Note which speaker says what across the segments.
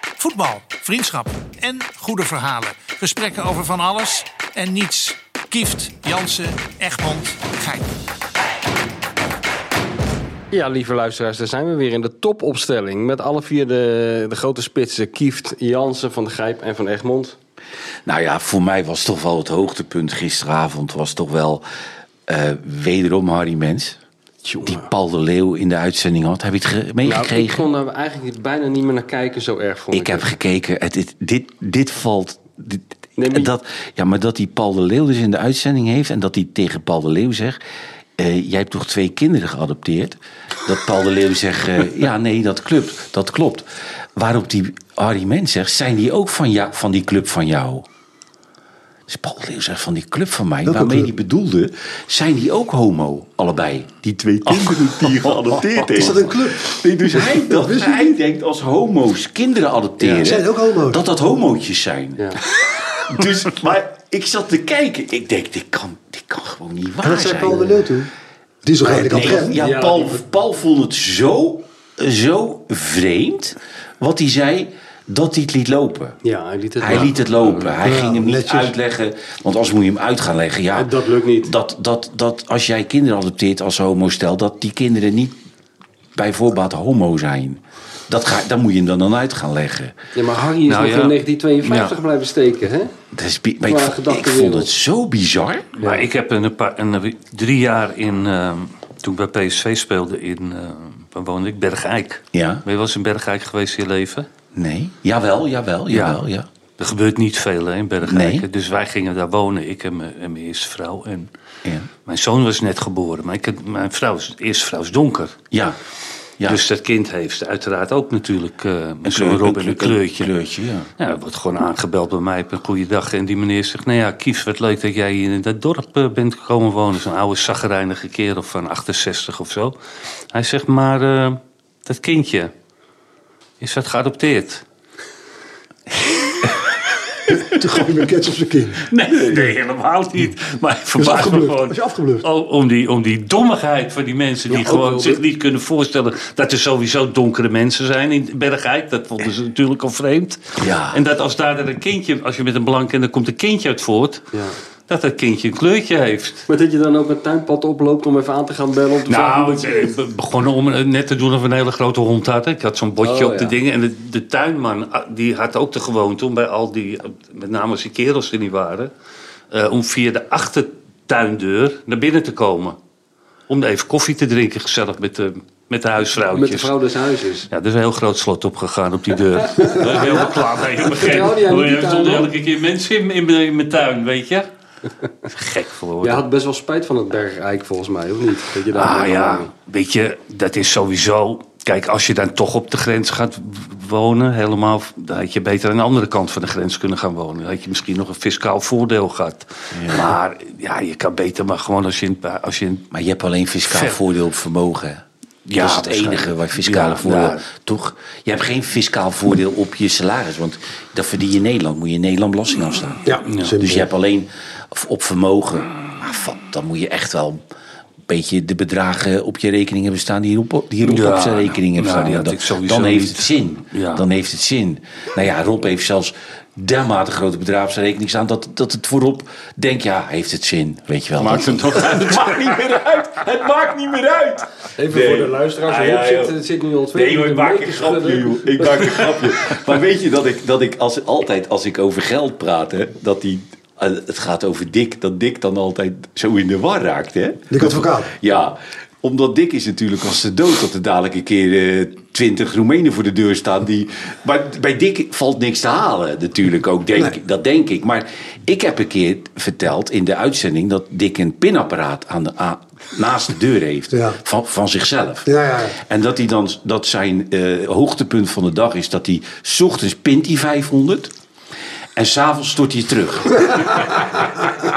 Speaker 1: Voetbal, vriendschap en goede verhalen. Gesprekken over van alles en niets. Kieft, Jansen, Egmond, Gein.
Speaker 2: Ja, lieve luisteraars, daar zijn we weer in de topopstelling. Met alle vier de, de grote spitsen. Kieft, Jansen, Van de Gijp en Van Egmond.
Speaker 3: Nou ja, voor mij was toch wel het hoogtepunt gisteravond. Was toch wel eh, wederom Harry Mens. Die Paul de Leeuw in de uitzending had. Heb je het ge-
Speaker 2: Nou, ik
Speaker 3: meegekregen?
Speaker 2: kon daar eigenlijk bijna niet meer naar kijken, zo erg vond ik.
Speaker 3: ik heb
Speaker 2: het.
Speaker 3: gekeken. Het, het- dit, dit valt. Dit,
Speaker 2: Nee, maar-
Speaker 3: dat, ja, maar dat die Paul de Leeuw dus in de uitzending heeft. En dat hij tegen Paul de Leeuw zegt. eh, jij hebt toch twee kinderen geadopteerd? Dat Paul de Leeuw zegt. eh, ja, nee, dat klopt. Dat klopt. Waarop die Harry Mens zegt. Zijn die ook van, jou, van die club van jou? Dus Paul de Leeuw zegt van die club van mij. waarmee die bedoelde. Zijn die ook homo? Allebei. Die twee kinderen die je geadopteerd heeft.
Speaker 4: Is dat een club?
Speaker 3: Nee, dus hij,
Speaker 4: Dat
Speaker 3: dacht,
Speaker 4: wist ik
Speaker 3: hij
Speaker 4: niet.
Speaker 3: denkt als homo's kinderen adopteren.
Speaker 4: Ja, zijn ook homo's.
Speaker 3: Dat dat homootjes zijn.
Speaker 2: Ja.
Speaker 3: Dus, maar ik zat te kijken. Ik denk, dit kan, dit kan gewoon niet waar
Speaker 4: En dat
Speaker 3: zijn.
Speaker 4: zei Paul de Leeuw toen. Die is nog redelijk aan het
Speaker 3: Nee,
Speaker 4: rennen.
Speaker 3: ja,
Speaker 2: Ja,
Speaker 3: Paul,
Speaker 2: die-
Speaker 3: Paul vond het zo, zo vreemd wat hij zei dat hij het liet lopen.
Speaker 2: Ja, hij liet het,
Speaker 3: Hij
Speaker 2: ja.
Speaker 3: liet het lopen. Hij
Speaker 4: Ja,
Speaker 3: ging hem niet
Speaker 4: netjes.
Speaker 3: uitleggen. Want als moet je hem uit gaan leggen, ja.
Speaker 2: En dat lukt niet.
Speaker 3: Dat, dat, dat als jij kinderen adopteert als homostel, dat die kinderen niet bij voorbaat homo zijn. Dat ga, daar moet je hem dan, dan uit gaan leggen.
Speaker 2: Ja, maar Harry is
Speaker 5: Nou,
Speaker 2: nog
Speaker 5: ja.
Speaker 2: in 1952
Speaker 5: Ja.
Speaker 2: blijven steken, hè?
Speaker 3: Dat is, bi- maar ik,
Speaker 2: Waar
Speaker 3: vond-
Speaker 2: gedachte
Speaker 3: ik vond
Speaker 2: wereld.
Speaker 3: het zo bizar.
Speaker 5: Maar ik heb een paar, een, eh, drie jaar in, ehm, toen ik bij PSV speelde in, ehm, waar woonde ik? Bergijk.
Speaker 3: Ja.
Speaker 5: Ben je wel eens in Bergijk geweest in je leven?
Speaker 3: Nee. Jawel, jawel, jawel. Ja.
Speaker 5: Er gebeurt niet veel hè, in Bergijk.
Speaker 3: Nee.
Speaker 5: Dus wij gingen daar wonen, ik en mijn, en mijn eerste vrouw. En
Speaker 3: Ja.
Speaker 5: mijn zoon was net geboren, maar ik, heb- mijn vrouw, is- eerste vrouw is donker.
Speaker 3: ja. ja.
Speaker 5: Dus dat kind heeft uiteraard ook natuurlijk eh,
Speaker 3: kleur-
Speaker 5: zo'n Rob en een kleurtje.
Speaker 3: kleurtje, ja.
Speaker 5: Nou, er wordt gewoon aangebeld bij mij op een goede dag. En die meneer zegt, nou ja, Kief, wat leuk dat jij hier in dat dorp eh, bent komen wonen. Zo'n oude zaggerijnige kerel van 68 of zo. Hij zegt, maar eh, dat kindje, is dat geadopteerd?
Speaker 4: Toen gaf hij me een kets op zijn kin.
Speaker 5: Nee, nee, helemaal niet. Maar ik
Speaker 4: Is
Speaker 5: verbaas me
Speaker 4: afgebluft.
Speaker 5: gewoon
Speaker 4: Is afgebluft.
Speaker 5: o- om die, om die dommigheid van die mensen... die
Speaker 2: ook wel
Speaker 5: gewoon zich
Speaker 2: dit.
Speaker 5: niet kunnen voorstellen... dat er sowieso donkere mensen zijn in Bergijk. Dat vonden ze natuurlijk al vreemd.
Speaker 3: Ja.
Speaker 5: En dat als daar dan een kindje... als je met een blank en er komt een kindje uit voort...
Speaker 2: Ja.
Speaker 5: dat dat kindje een kleurtje heeft.
Speaker 2: Maar dat je dan ook een tuinpad oploopt om even aan te gaan bellen om te vragen
Speaker 5: Nou,
Speaker 2: hoe het zit.
Speaker 5: we begonnen om eh, net te doen of we een hele grote hond hadden. Ik had zo'n botje
Speaker 2: Oh,
Speaker 5: op de
Speaker 2: ja.
Speaker 5: dingen. En de, de tuinman, ah, die had ook de gewoonte om bij al die, met name als die kerels er niet waren, eh, om via de achtertuindeur naar binnen te komen. Om even koffie te drinken, gezellig met de, met de huisvrouwtjes.
Speaker 2: Met de vrouw des huizes.
Speaker 5: Ja, er is een heel groot slot opgegaan op die deur. Daar ben ik helemaal klaar mee. Op een gegeven
Speaker 2: Vertrouwde jij niet die
Speaker 5: moment stonden
Speaker 2: tuin, hoor?
Speaker 5: elke keer mensen in, in, mijn- in mijn tuin, weet je. Gek voor woorden.
Speaker 2: Jij had best wel spijt van het bergeik, volgens mij, of niet? Dat je daar
Speaker 5: Ah ja, weet je, dat is sowieso. Kijk, als je dan toch op de grens gaat w- wonen, helemaal, dan had je beter aan de andere kant van de grens kunnen gaan wonen. Dan had je misschien nog een fiscaal voordeel gehad. Maar ja, je kan beter maar gewoon als je in, als je in
Speaker 3: Maar je hebt alleen fiscaal
Speaker 5: Ver-
Speaker 3: voordeel op vermogen. Ja,
Speaker 5: Ja,
Speaker 3: dat is het
Speaker 5: waarschijnlijk.
Speaker 3: enige waar fiscale
Speaker 5: Ja,
Speaker 3: voordeel...
Speaker 5: ja.
Speaker 3: Toch? Je hebt geen fiscaal voordeel op je salaris. Want dat verdien je in Nederland. Moet je in Nederland belasting afstaan.
Speaker 4: Ja, simpel.
Speaker 3: Dus je hebt alleen v- op vermogen... Maar van, dan moet je echt wel een beetje de bedragen op je rekening hebben staan... die Rob, die Rob
Speaker 5: Ja,
Speaker 3: op zijn rekening heeft
Speaker 5: nou,
Speaker 3: staan.
Speaker 5: die had
Speaker 3: dan,
Speaker 5: ik sowieso
Speaker 3: dan heeft
Speaker 5: niet.
Speaker 3: het zin.
Speaker 5: Ja.
Speaker 3: Dan heeft het zin. Nou ja, Rob heeft zelfs dermate grote bedragen op zijn rekening staan... dat, dat het voor Rob denkt, ja, heeft het zin. Weet je wel. Dat-
Speaker 5: Maakt hem toch uit.
Speaker 3: het maakt niet meer uit. Het maakt niet meer uit.
Speaker 2: Even voor de luisteraars,
Speaker 3: Ah,
Speaker 2: Rob
Speaker 3: ja,
Speaker 2: zit,
Speaker 3: joh.
Speaker 2: het zit nu al twee
Speaker 3: Nee, maar
Speaker 2: uur
Speaker 3: ik
Speaker 2: de
Speaker 3: maak
Speaker 2: nek
Speaker 3: een
Speaker 2: te schudden.
Speaker 3: grapje, joh. Ik maak een grapje. Maar weet je dat ik, dat ik als, altijd als ik over geld praat, hè, dat die, eh, het gaat over Dick, dat Dick dan altijd zo in de war raakt, hè?
Speaker 4: Dick Advocaat.
Speaker 3: Ja, omdat Dick is natuurlijk als de dood dat er dadelijk een keer eh, twintig Roemenen voor de deur staan. Die, maar bij Dick valt niks te halen natuurlijk ook, denk, ik. dat denk ik. Maar ik heb een keer verteld in de uitzending dat Dick een pinapparaat aan de, aan- naast de deur heeft
Speaker 4: Ja.
Speaker 3: van, van zichzelf.
Speaker 4: Ja, ja, ja.
Speaker 3: En dat, hij dan, dat zijn eh, hoogtepunt van de dag is dat hij 's ochtends pint die 500 en s'avonds stort hij terug.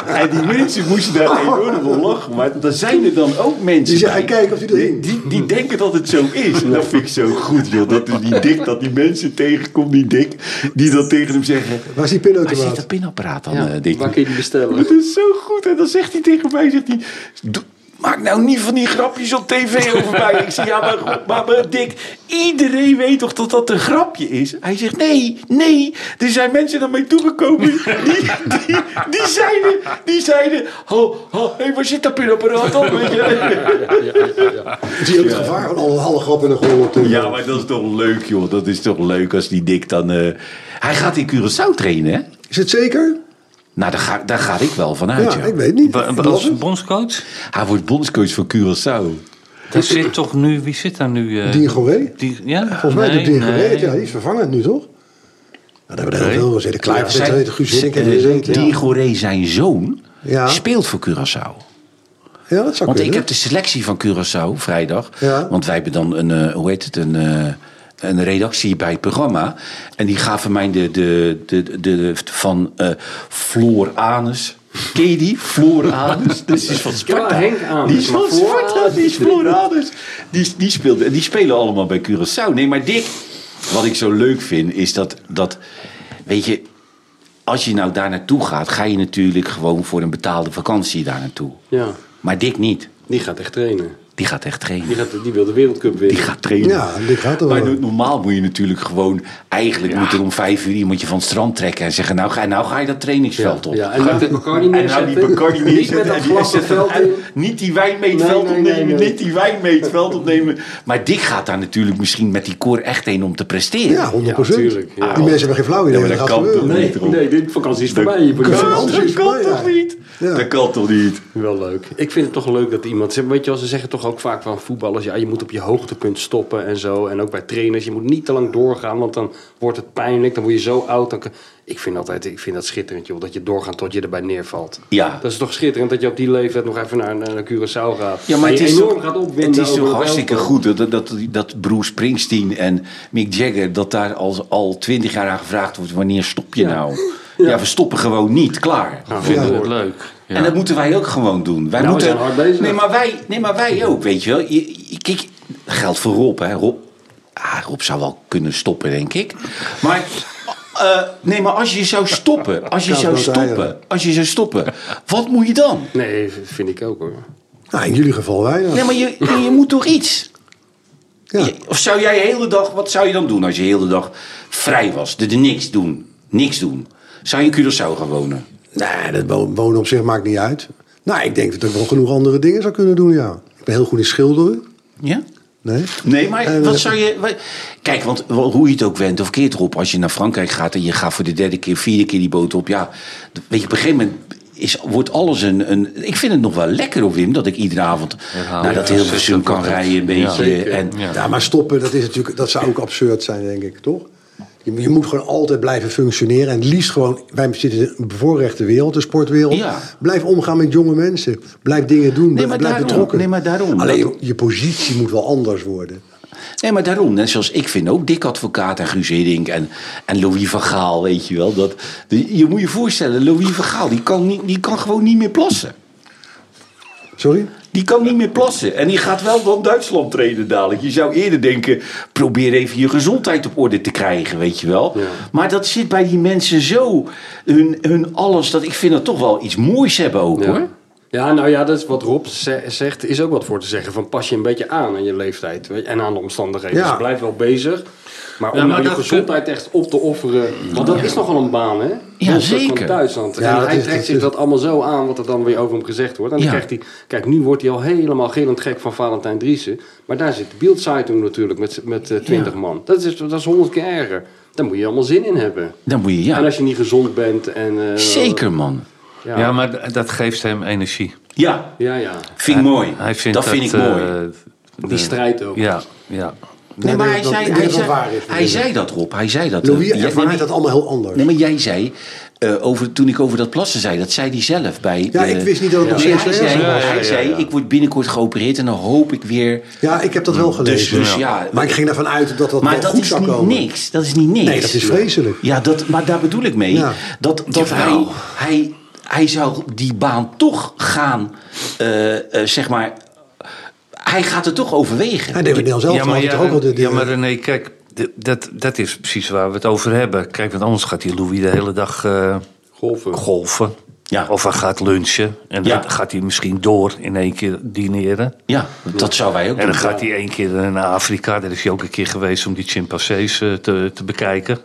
Speaker 3: en die mensen moesten daar enorm om lachen. Maar er zijn er dan ook mensen
Speaker 4: Die zeggen,
Speaker 3: bij
Speaker 4: kijk of hij
Speaker 3: die,
Speaker 4: erin.
Speaker 3: die, die denken dat het zo is. En dat vind ik zo goed, joh. Dat is die dik, dat die mensen tegenkomt, die dik, die dan tegen hem zeggen...
Speaker 4: Waar is die
Speaker 3: Waar zit dat
Speaker 4: pinautomaat?
Speaker 3: pinapparaat dan,
Speaker 2: Ja,
Speaker 3: eh, dik?
Speaker 2: waar kun je die bestellen?
Speaker 3: Het is zo goed. En dan zegt hij tegen mij, zegt hij... "Doe- Maak nou niet van die grapjes op tv over mij. Ik zeg, ja, maar, goed, maar, maar Dick, iedereen weet toch dat dat een grapje is? Hij zegt, nee, nee, er zijn mensen naar mij toegekomen. Die, die, die zeiden, die zeiden, ho, ho, hé, waar zit dat pinapparaat op? Weet je?
Speaker 4: Zie je ook het gevaar van alle halve grappen en gewoon op de...
Speaker 3: Ja, maar dat is toch leuk, joh. Dat is toch leuk als die Dick dan... eh, Hij gaat in Curaçao trainen, hè?
Speaker 4: Is het zeker?
Speaker 3: Nou, daar ga, daar ga ik wel van uit,
Speaker 4: Ja,
Speaker 3: ja.
Speaker 4: ik weet niet.
Speaker 5: Ba- ba-
Speaker 4: Bas,
Speaker 5: Als bondscoach?
Speaker 3: Hij wordt bondscoach van Curaçao.
Speaker 5: Daar zit toch nu, wie zit daar nu? eh?
Speaker 4: Diengoré?
Speaker 5: Die, ja?
Speaker 4: Volgens mij doet
Speaker 5: Nee,
Speaker 4: die gereed.
Speaker 5: nee.
Speaker 4: Ja, die is vervangend nu, toch? Nou, daar hebben we er heel veel gezeten. Klaar
Speaker 3: Zijn-
Speaker 4: gezeten, Guus Hiddink en
Speaker 3: eh,
Speaker 4: Vincent, ja.
Speaker 3: Diegoré, zijn zoon,
Speaker 4: Ja.
Speaker 3: speelt voor Curaçao.
Speaker 4: Ja, dat zou
Speaker 3: Want ik
Speaker 4: kunnen.
Speaker 3: heb de selectie van Curaçao vrijdag.
Speaker 4: Ja.
Speaker 3: Want wij hebben dan een, eh, hoe heet het, een, eh, een redactie bij het programma. En die gaven mij de, de, de, de, de- van eh Floor Anus. Ken je die? Floor Anus. Dus die is van Sparta.
Speaker 2: Ja, Henk Anus,
Speaker 3: Die is van
Speaker 2: maar Floor
Speaker 3: Sparta.
Speaker 2: Anus.
Speaker 3: Die is Floor Anus. Die, die, speelde, die spelen allemaal bij Curaçao. Nee, maar Dick, wat ik zo leuk vind, is dat... dat weet je, als je nou daar naartoe gaat... ga je natuurlijk gewoon voor een betaalde vakantie daar naartoe.
Speaker 2: Ja,
Speaker 3: Maar Dick niet.
Speaker 2: die gaat echt trainen.
Speaker 3: Die gaat echt trainen.
Speaker 2: Die, gaat, die wil de Wereldcup winnen.
Speaker 3: Die gaat trainen.
Speaker 4: Ja, die gaat er
Speaker 3: maar
Speaker 4: wel.
Speaker 3: no- normaal moet je natuurlijk gewoon... Eigenlijk moet er om vijf uur iemand je van het strand trekken... en zeggen, nou ga, nou ga je dat trainingsveld op.
Speaker 2: Ja, en nou die Bacardi
Speaker 3: En nou die
Speaker 2: neerzetten.
Speaker 3: Bacardi
Speaker 2: Niet met
Speaker 3: neerzetten.
Speaker 2: dat
Speaker 3: en die-
Speaker 2: glas het veld
Speaker 3: en
Speaker 2: in.
Speaker 3: Niet die wijn mee het
Speaker 2: Nee,
Speaker 3: veld
Speaker 2: nee,
Speaker 3: opnemen.
Speaker 2: nee, nee.
Speaker 3: Niet die wijn mee het veld opnemen. Maar Dick gaat daar natuurlijk misschien met die koor echt heen om te presteren.
Speaker 4: Ja, 100 procent.
Speaker 2: Ja, tuurlijk, ja.
Speaker 4: Die mensen hebben geen flauw idee
Speaker 3: Ja, maar
Speaker 4: wat er
Speaker 3: dat
Speaker 4: gaat
Speaker 3: kan
Speaker 4: gebeuren.
Speaker 3: toch
Speaker 2: Nee, nee, de vakantie is voorbij.
Speaker 3: Dat kan,
Speaker 4: anders
Speaker 3: dat
Speaker 4: is
Speaker 3: kan
Speaker 4: het
Speaker 3: toch
Speaker 4: voorbij,
Speaker 3: niet?
Speaker 4: Ja.
Speaker 3: Dat kan toch niet?
Speaker 2: Wel leuk. Ik vind het toch leuk dat iemand... ze- Weet je wel, ze zeggen toch ook vaak van voetballers... Ja, je moet op je hoogtepunt stoppen en zo. En ook bij trainers. Je moet niet te lang doorgaan, want dan wordt het pijnlijk. Dan word je zo oud. Dan... kan- Ik vind altijd, ik vind dat schitterend, joh. Dat je doorgaat tot je erbij neervalt.
Speaker 3: Ja.
Speaker 2: Dat is toch schitterend dat je op die leeftijd nog even naar, naar Curaçao gaat.
Speaker 3: Ja, maar
Speaker 2: En
Speaker 3: het
Speaker 2: je
Speaker 3: is,
Speaker 2: enorm
Speaker 3: toch,
Speaker 2: gaat opwinden
Speaker 3: het is
Speaker 2: over
Speaker 3: toch
Speaker 2: de
Speaker 3: hartstikke
Speaker 2: welkom.
Speaker 3: goed dat, dat, dat Bruce Springsteen en Mick Jagger... dat daar al, al twintig jaar aan gevraagd wordt, wanneer stop je nou? Ja. we stoppen gewoon niet, klaar.
Speaker 2: Nou, vinden we het leuk.
Speaker 5: Leuk. Ja.
Speaker 3: En dat moeten wij ook gewoon doen. Wij
Speaker 2: Nou, we
Speaker 3: moeten,
Speaker 2: zijn hard bezig.
Speaker 3: Nee maar, wij, nee, maar wij ook, weet je wel. Je, je- kijk, geldt voor Rob, hè. Rob, ah, Rob zou wel kunnen stoppen, denk ik. Maar... eh, nee, maar als je zou stoppen, als je
Speaker 4: Koud
Speaker 3: zou
Speaker 4: bloed
Speaker 3: stoppen,
Speaker 4: eieren.
Speaker 3: als je zou stoppen, wat moet je dan?
Speaker 2: Nee, vind ik ook hoor.
Speaker 4: Nou, in jullie geval weinig.
Speaker 3: Nee, maar je, je moet toch iets?
Speaker 4: Ja.
Speaker 3: Je- Of zou jij de hele dag, wat zou je dan doen als je de hele dag vrij was? Er er niks doen. Niks doen. Zou je in Curaçao gaan wonen?
Speaker 4: Nee, dat wo- wonen op zich maakt niet uit. Nou, ik denk dat ik wel genoeg andere dingen zou kunnen doen, ja. Ik ben heel goed in schilderen.
Speaker 3: Ja?
Speaker 4: Nee?
Speaker 3: Nee, maar
Speaker 4: Eh,
Speaker 3: wat zou je. wa- Kijk, want wel, hoe je het ook went of keert erop, als je naar Frankrijk gaat en je gaat voor de derde keer, vierde keer die boot op. Ja, d- weet je, op een gegeven moment. Is, wordt alles een, een. Ik vind het nog wel lekker, hoor, Wim, dat ik iedere avond naar dat
Speaker 5: ja,
Speaker 3: heel
Speaker 5: zitten
Speaker 3: Hilversum kan
Speaker 5: wordt het.
Speaker 3: rijden, een
Speaker 5: Ja,
Speaker 3: beetje.
Speaker 5: zeker.
Speaker 3: en,
Speaker 5: Ja.
Speaker 4: Ja, maar stoppen, dat, is natuurlijk, dat zou ook absurd zijn, denk ik, toch? Je, je moet gewoon altijd blijven functioneren. En het liefst gewoon, wij zitten in een bevoorrechte wereld, de sportwereld.
Speaker 3: Ja.
Speaker 4: Blijf omgaan met jonge mensen. Blijf dingen doen,
Speaker 3: Nee, maar
Speaker 4: blijf
Speaker 3: daarom.
Speaker 4: betrokken.
Speaker 3: Nee, maar daarom.
Speaker 4: Alleen
Speaker 3: Dat-
Speaker 4: je, je positie moet wel anders worden.
Speaker 3: Nee, maar daarom, net zoals ik vind ook Dick Advocaat en Guus Hiddink en, en Louis van Gaal, weet je wel. Dat, die- je moet je voorstellen, Louis van Gaal, die kan, niet, die kan gewoon niet meer plassen.
Speaker 4: Sorry?
Speaker 3: Die kan niet meer plassen. En die gaat wel dan Duitsland trainen dadelijk. Je zou eerder denken, probeer even je gezondheid op orde te krijgen, weet je wel. Maar dat zit bij die mensen zo, hun, hun alles, dat ik vind dat toch wel iets moois hebben ook, hoor.
Speaker 2: Ja. ja, nou ja, dat is wat Rob ze- zegt, is ook wat voor te zeggen. Van pas je een beetje aan aan je leeftijd weet je, en aan de omstandigheden.
Speaker 4: Ja.
Speaker 2: Dus blijf wel bezig. Maar om
Speaker 5: Ja, maar
Speaker 2: nou je
Speaker 5: dat-
Speaker 2: gezondheid echt op te offeren. Want dat is nogal een baan, hè? Bondscoach
Speaker 3: zeker.
Speaker 2: Van Duitsland.
Speaker 4: Ja,
Speaker 2: en
Speaker 4: dat
Speaker 2: hij
Speaker 4: is-
Speaker 2: trekt
Speaker 4: dat
Speaker 2: zich
Speaker 4: is-
Speaker 2: dat allemaal zo aan, wat er dan weer over hem gezegd wordt. En dan
Speaker 3: Ja.
Speaker 2: krijgt hij... Kijk, nu wordt hij al helemaal gillend gek van Valentijn Driessen. Maar daar zit de Bildzeitung natuurlijk met, z'n- met eh, 20 man. Dat is, dat is 100 keer erger. Daar moet je allemaal zin in hebben.
Speaker 3: Dan moet je,
Speaker 2: En
Speaker 3: ja,
Speaker 2: als je niet gezond bent en... eh,
Speaker 3: zeker man.
Speaker 2: Ja,
Speaker 5: Ja.
Speaker 2: ja,
Speaker 5: maar d- dat geeft hem energie.
Speaker 3: Ja,
Speaker 2: ja,
Speaker 3: vind ik mooi.
Speaker 5: Hij vindt
Speaker 3: dat vind ik
Speaker 5: eh,
Speaker 3: mooi.
Speaker 5: de-
Speaker 2: Die strijd ook.
Speaker 5: Ja, ja.
Speaker 3: Nee, maar
Speaker 4: dat-
Speaker 3: hij
Speaker 4: dat-
Speaker 3: zei,
Speaker 4: ik
Speaker 3: hij,
Speaker 4: denk dat
Speaker 3: zei,
Speaker 4: waar is.
Speaker 3: hij zei dat, Rob. Hij zei dat.
Speaker 4: Louis
Speaker 3: Ja, maar
Speaker 4: ervaart
Speaker 3: niet-
Speaker 4: dat allemaal heel anders.
Speaker 3: Nee, maar jij zei, eh, over, toen ik over dat plassen zei, dat zei hij zelf bij...
Speaker 4: Ja,
Speaker 3: de-
Speaker 4: ik wist niet dat het nog
Speaker 3: Nee,
Speaker 4: steeds
Speaker 3: hij
Speaker 4: erg
Speaker 3: zei,
Speaker 5: was. Ja, ja,
Speaker 3: Hij
Speaker 5: ja,
Speaker 3: zei,
Speaker 5: ja.
Speaker 3: ik word binnenkort geopereerd en dan hoop ik weer...
Speaker 4: Ja, ik heb dat wel gelezen.
Speaker 3: dus ja.
Speaker 4: maar ik ging ervan uit dat dat
Speaker 3: Maar
Speaker 4: wel
Speaker 3: dat
Speaker 4: goed
Speaker 3: is
Speaker 4: zou
Speaker 3: niet
Speaker 4: komen.
Speaker 3: niks. Dat is niet niks.
Speaker 4: Nee, dat is vreselijk.
Speaker 3: Ja, dat, maar daar bedoel ik mee.
Speaker 4: Ja.
Speaker 3: Dat, dat hij, hij, hij zou die baan toch gaan, eh, eh, zeg maar... Hij gaat het toch overwegen.
Speaker 4: Hij deed het zelf
Speaker 5: Ja, maar,
Speaker 4: had
Speaker 5: ja,
Speaker 4: toch ook al de, de-
Speaker 5: ja, maar René, kijk, d- dat, dat is precies waar we het over hebben. Kijk, want anders gaat die Louis de hele dag eh,
Speaker 2: Golven.
Speaker 5: golven.
Speaker 3: Ja.
Speaker 5: Of hij gaat lunchen en
Speaker 3: Ja.
Speaker 5: dan gaat hij misschien door in één keer dineren.
Speaker 3: Ja, dat zou wij ook
Speaker 5: En
Speaker 3: doen.
Speaker 5: dan gaat hij één keer eh, naar Afrika. Daar is hij ook een keer geweest om die chimpansees eh, te, te bekijken.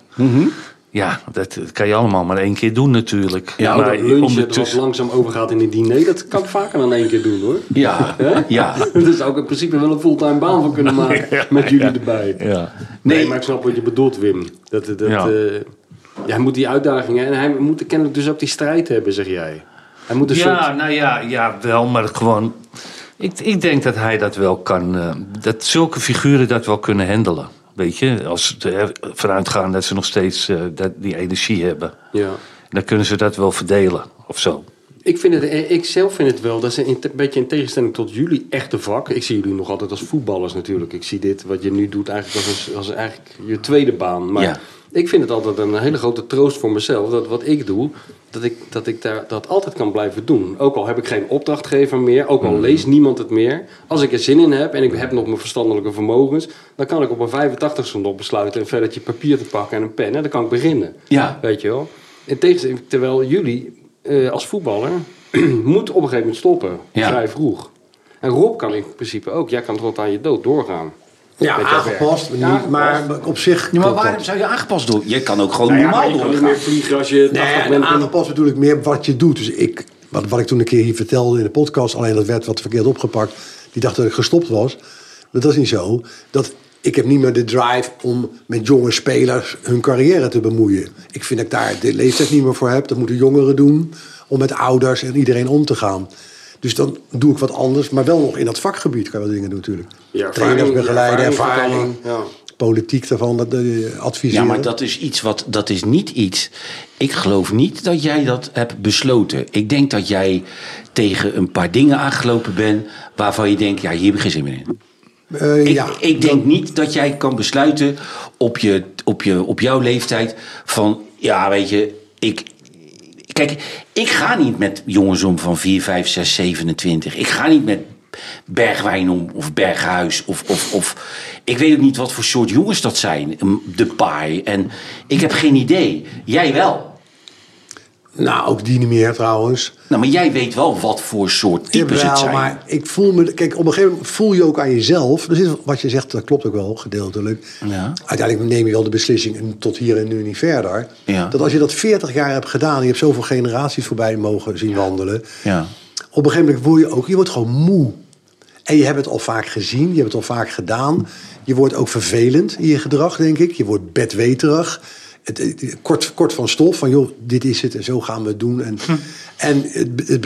Speaker 5: Ja, dat, dat kan je allemaal maar één keer doen natuurlijk.
Speaker 3: Ja,
Speaker 5: maar
Speaker 2: Oh, dat lunchen er wat
Speaker 5: ondertussen-
Speaker 2: langzaam overgaat in het diner, dat kan ik vaker dan één keer doen hoor.
Speaker 3: Ja, ja.
Speaker 2: Daar zou ik in principe wel een fulltime baan van kunnen maken met jullie erbij.
Speaker 5: ja.
Speaker 2: Nee, maar ik snap wat je bedoelt, Wim. Dat, dat,
Speaker 5: Ja.
Speaker 2: eh, ja, hij moet die uitdagingen en hij moet kennelijk dus ook die strijd hebben, zeg jij. Hij moet een
Speaker 5: ja,
Speaker 2: soort...
Speaker 5: nou ja, ja, wel, maar gewoon... Ik, ik denk dat hij dat wel kan... eh, dat zulke figuren dat wel kunnen handelen. Weet je, als ze er- vanuit gaan dat ze nog steeds eh, dat, die energie hebben.
Speaker 2: Ja.
Speaker 5: Dan kunnen ze dat wel verdelen of zo.
Speaker 2: Ik, vind het, eh, ik zelf vind het wel, dat is een te- beetje in tegenstelling tot jullie echte vak. Ik zie jullie nog altijd als voetballers natuurlijk. Ik zie dit, wat je nu doet, eigenlijk als, een- als eigenlijk je tweede baan. Maar
Speaker 3: Ja.
Speaker 2: ik vind het altijd een hele grote troost voor mezelf. Dat wat ik doe, dat ik, dat ik daar, dat altijd kan blijven doen. Ook al heb ik geen opdrachtgever meer, ook
Speaker 3: Mm.
Speaker 2: al leest niemand het meer. Als ik er zin in heb en ik heb nog mijn verstandelijke vermogens... dan kan ik op mijn 85ste nog besluiten een velletje papier te pakken en een pen. En dan kan ik beginnen.
Speaker 3: Ja.
Speaker 2: Weet je wel? In tegenstelling, terwijl jullie eh, als voetballer moet op een gegeven moment stoppen.
Speaker 3: Ja.
Speaker 2: Vrij vroeg. En Rob kan in principe ook. Jij kan tot aan je dood doorgaan.
Speaker 4: Ja,
Speaker 2: Met jouw werk.
Speaker 4: aangepast,
Speaker 2: Ja, aangepast.
Speaker 4: maar maar op zich...
Speaker 3: Ja, maar
Speaker 4: klopt
Speaker 3: waarom
Speaker 4: dat.
Speaker 3: zou je aangepast door? Je kan ook gewoon
Speaker 2: Nou ja, maar
Speaker 3: normaal
Speaker 2: je kan niet
Speaker 3: doorgaan.
Speaker 2: meer vliegen als je 80
Speaker 4: Nee,
Speaker 2: bent.
Speaker 4: en aangepast bedoel ik meer wat je doet. Dus ik, wat, wat ik toen een keer hier vertelde in de podcast, alleen dat werd wat verkeerd opgepakt. Die dacht dat ik gestopt was. Maar dat is niet zo. Dat, ik heb niet meer de drive om met jonge spelers hun carrière te bemoeien. Ik vind dat ik daar de leeftijd niet meer voor heb. Dat moeten jongeren doen om met ouders en iedereen om te gaan. Dus dan doe ik wat anders, maar wel nog in dat vakgebied kan je wel dingen doen natuurlijk.
Speaker 2: Ja, ervaring,
Speaker 4: Trainers begeleiden,
Speaker 2: ervaring
Speaker 4: ervaring,
Speaker 2: vertellen,
Speaker 4: politiek daarvan, dat, eh, adviseren.
Speaker 3: Ja, maar dat is iets wat, dat is niet iets. Ik geloof niet dat jij dat hebt besloten. Ik denk dat jij tegen een paar dingen aangelopen bent waarvan je denkt, ja, hier heb ik geen zin meer in.
Speaker 4: Eh,
Speaker 3: Ik,
Speaker 4: ja.
Speaker 3: ik denk niet dat jij kan besluiten op, je, op, je, op jouw leeftijd van, ja, weet je, ik. Kijk, ik ga niet met jongens om van 4, 5, 6, 27. Ik ga niet met Bergwijn om of Berghuis. Of, of, of ik weet ook niet wat voor soort jongens dat zijn. Een- De paai. En ik heb geen idee. Jij wel.
Speaker 4: Nou, ook die niet meer trouwens.
Speaker 3: Nou, maar jij weet wel wat voor soort types
Speaker 4: Jawel,
Speaker 3: het zijn.
Speaker 4: maar ik voel me... Kijk, op een gegeven moment voel je ook aan jezelf... Dus dit is wat je zegt, dat klopt ook wel, gedeeltelijk.
Speaker 3: Ja.
Speaker 4: Uiteindelijk neem je wel de beslissing en tot hier en nu niet verder.
Speaker 3: Ja.
Speaker 4: Dat als je dat 40 jaar hebt gedaan... en je hebt zoveel generaties voorbij mogen zien wandelen...
Speaker 3: Ja.
Speaker 4: op een gegeven moment word je ook... je wordt gewoon moe. En je hebt het al vaak gezien, je hebt het al vaak gedaan. Je wordt ook vervelend in je gedrag, denk ik. Je wordt bedweterig. Het, het- kort, kort van stof, van joh, dit is het en zo gaan we het doen. En,
Speaker 3: Hm.
Speaker 4: en het, het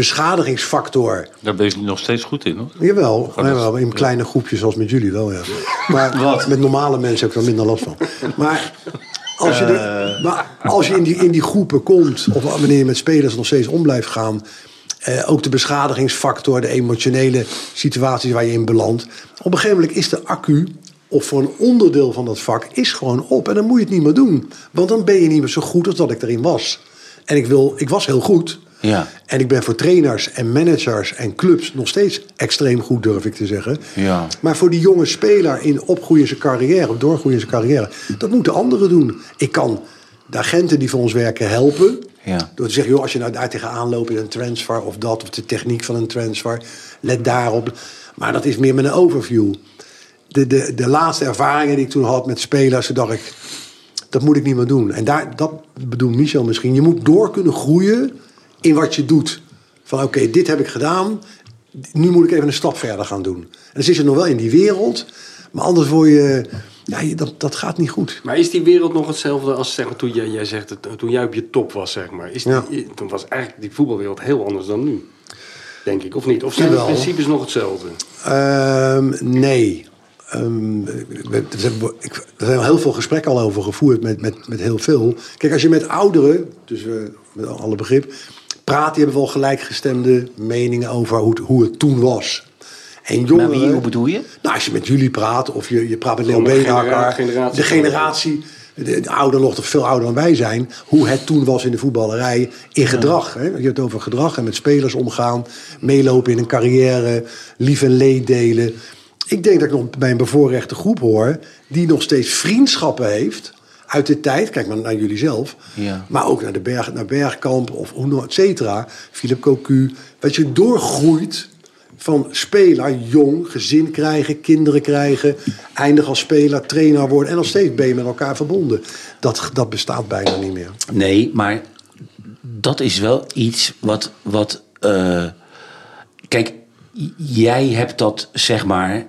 Speaker 4: beschadigingsfactor...
Speaker 5: Daar ben je nog steeds goed in hoor.
Speaker 4: Jawel,
Speaker 5: dat is-
Speaker 4: jawel, in kleine groepjes zoals met jullie wel, ja. Maar met normale mensen heb ik er minder last van. Maar als je, er- maar als je in, die, in die groepen komt, of wanneer je met spelers nog steeds om blijft gaan... eh, ook de beschadigingsfactor, de emotionele situaties waar je in belandt... op een gegeven moment is de accu, of voor een onderdeel van dat vak, is gewoon op. En dan moet je het niet meer doen. Want dan ben je niet meer zo goed als dat ik erin was. En ik, wil, ik was heel goed,
Speaker 3: Ja.
Speaker 4: en ik ben voor trainers en managers en clubs nog steeds extreem goed, durf ik te zeggen.
Speaker 3: Ja.
Speaker 4: Maar voor die jonge speler in opgroeien zijn carrière, of doorgroeien zijn carrière, dat moeten anderen doen. Ik kan de agenten die voor ons werken helpen.
Speaker 3: Ja.
Speaker 4: Door te zeggen, joh, als je nou daar tegenaan loopt in een transfer of dat, of de techniek van een transfer, let daarop. Maar dat is meer met een overview. De, de, de laatste ervaringen die ik toen had met spelers, toen dacht ik, dat moet ik niet meer doen. En daar, dat bedoelt Michel misschien. Je moet door kunnen groeien in wat je doet. Van oké, dit heb ik gedaan. Nu moet ik even een stap verder gaan doen. En dan zit je nog wel in die wereld. Maar anders word je... Ja, je- dat, dat gaat niet goed.
Speaker 2: Maar is die wereld nog hetzelfde als zeg maar, toen, jij, jij zegt, het- toen jij op je top was? Zeg maar. is die,
Speaker 4: Ja.
Speaker 2: Toen was eigenlijk die voetbalwereld heel anders dan nu. Denk ik, of niet? Of zijn de
Speaker 4: Jawel.
Speaker 2: principes nog hetzelfde?
Speaker 4: Ehm, nee. Ehm, we- er, zijn, ik, er zijn al heel veel gesprekken al over gevoerd met, met, met heel veel. Kijk, als je met ouderen, dus eh, met alle begrip, praat, die hebben wel gelijkgestemde meningen over hoe het, hoe het toen was. En
Speaker 3: Maar
Speaker 4: jongeren,
Speaker 3: wie, hoe bedoel je?
Speaker 4: Nou, als je met jullie praat of je, je praat met Leon
Speaker 2: Gewoon een
Speaker 4: Beenhakker,
Speaker 2: genera-
Speaker 4: de generatie, de, de ouder nog, of veel ouder dan wij zijn, hoe het toen was in de voetballerij in gedrag. Hè? Je hebt het over gedrag en met spelers omgaan, meelopen in een carrière, lief en leed delen. Ik denk dat ik nog bij een bevoorrechte groep hoor die nog steeds vriendschappen heeft uit de tijd, kijk maar naar jullie zelf,
Speaker 3: Ja.
Speaker 4: maar ook naar, de berg, naar Bergkamp of Uno, et cetera, Philip Cocu, dat je doorgroeit van speler, jong, gezin krijgen, kinderen krijgen, eindig als speler, trainer worden en nog steeds ben je met elkaar verbonden. Dat, dat bestaat bijna niet meer.
Speaker 3: Nee, maar dat is wel iets wat. wat eh, kijk, j- jij hebt dat zeg maar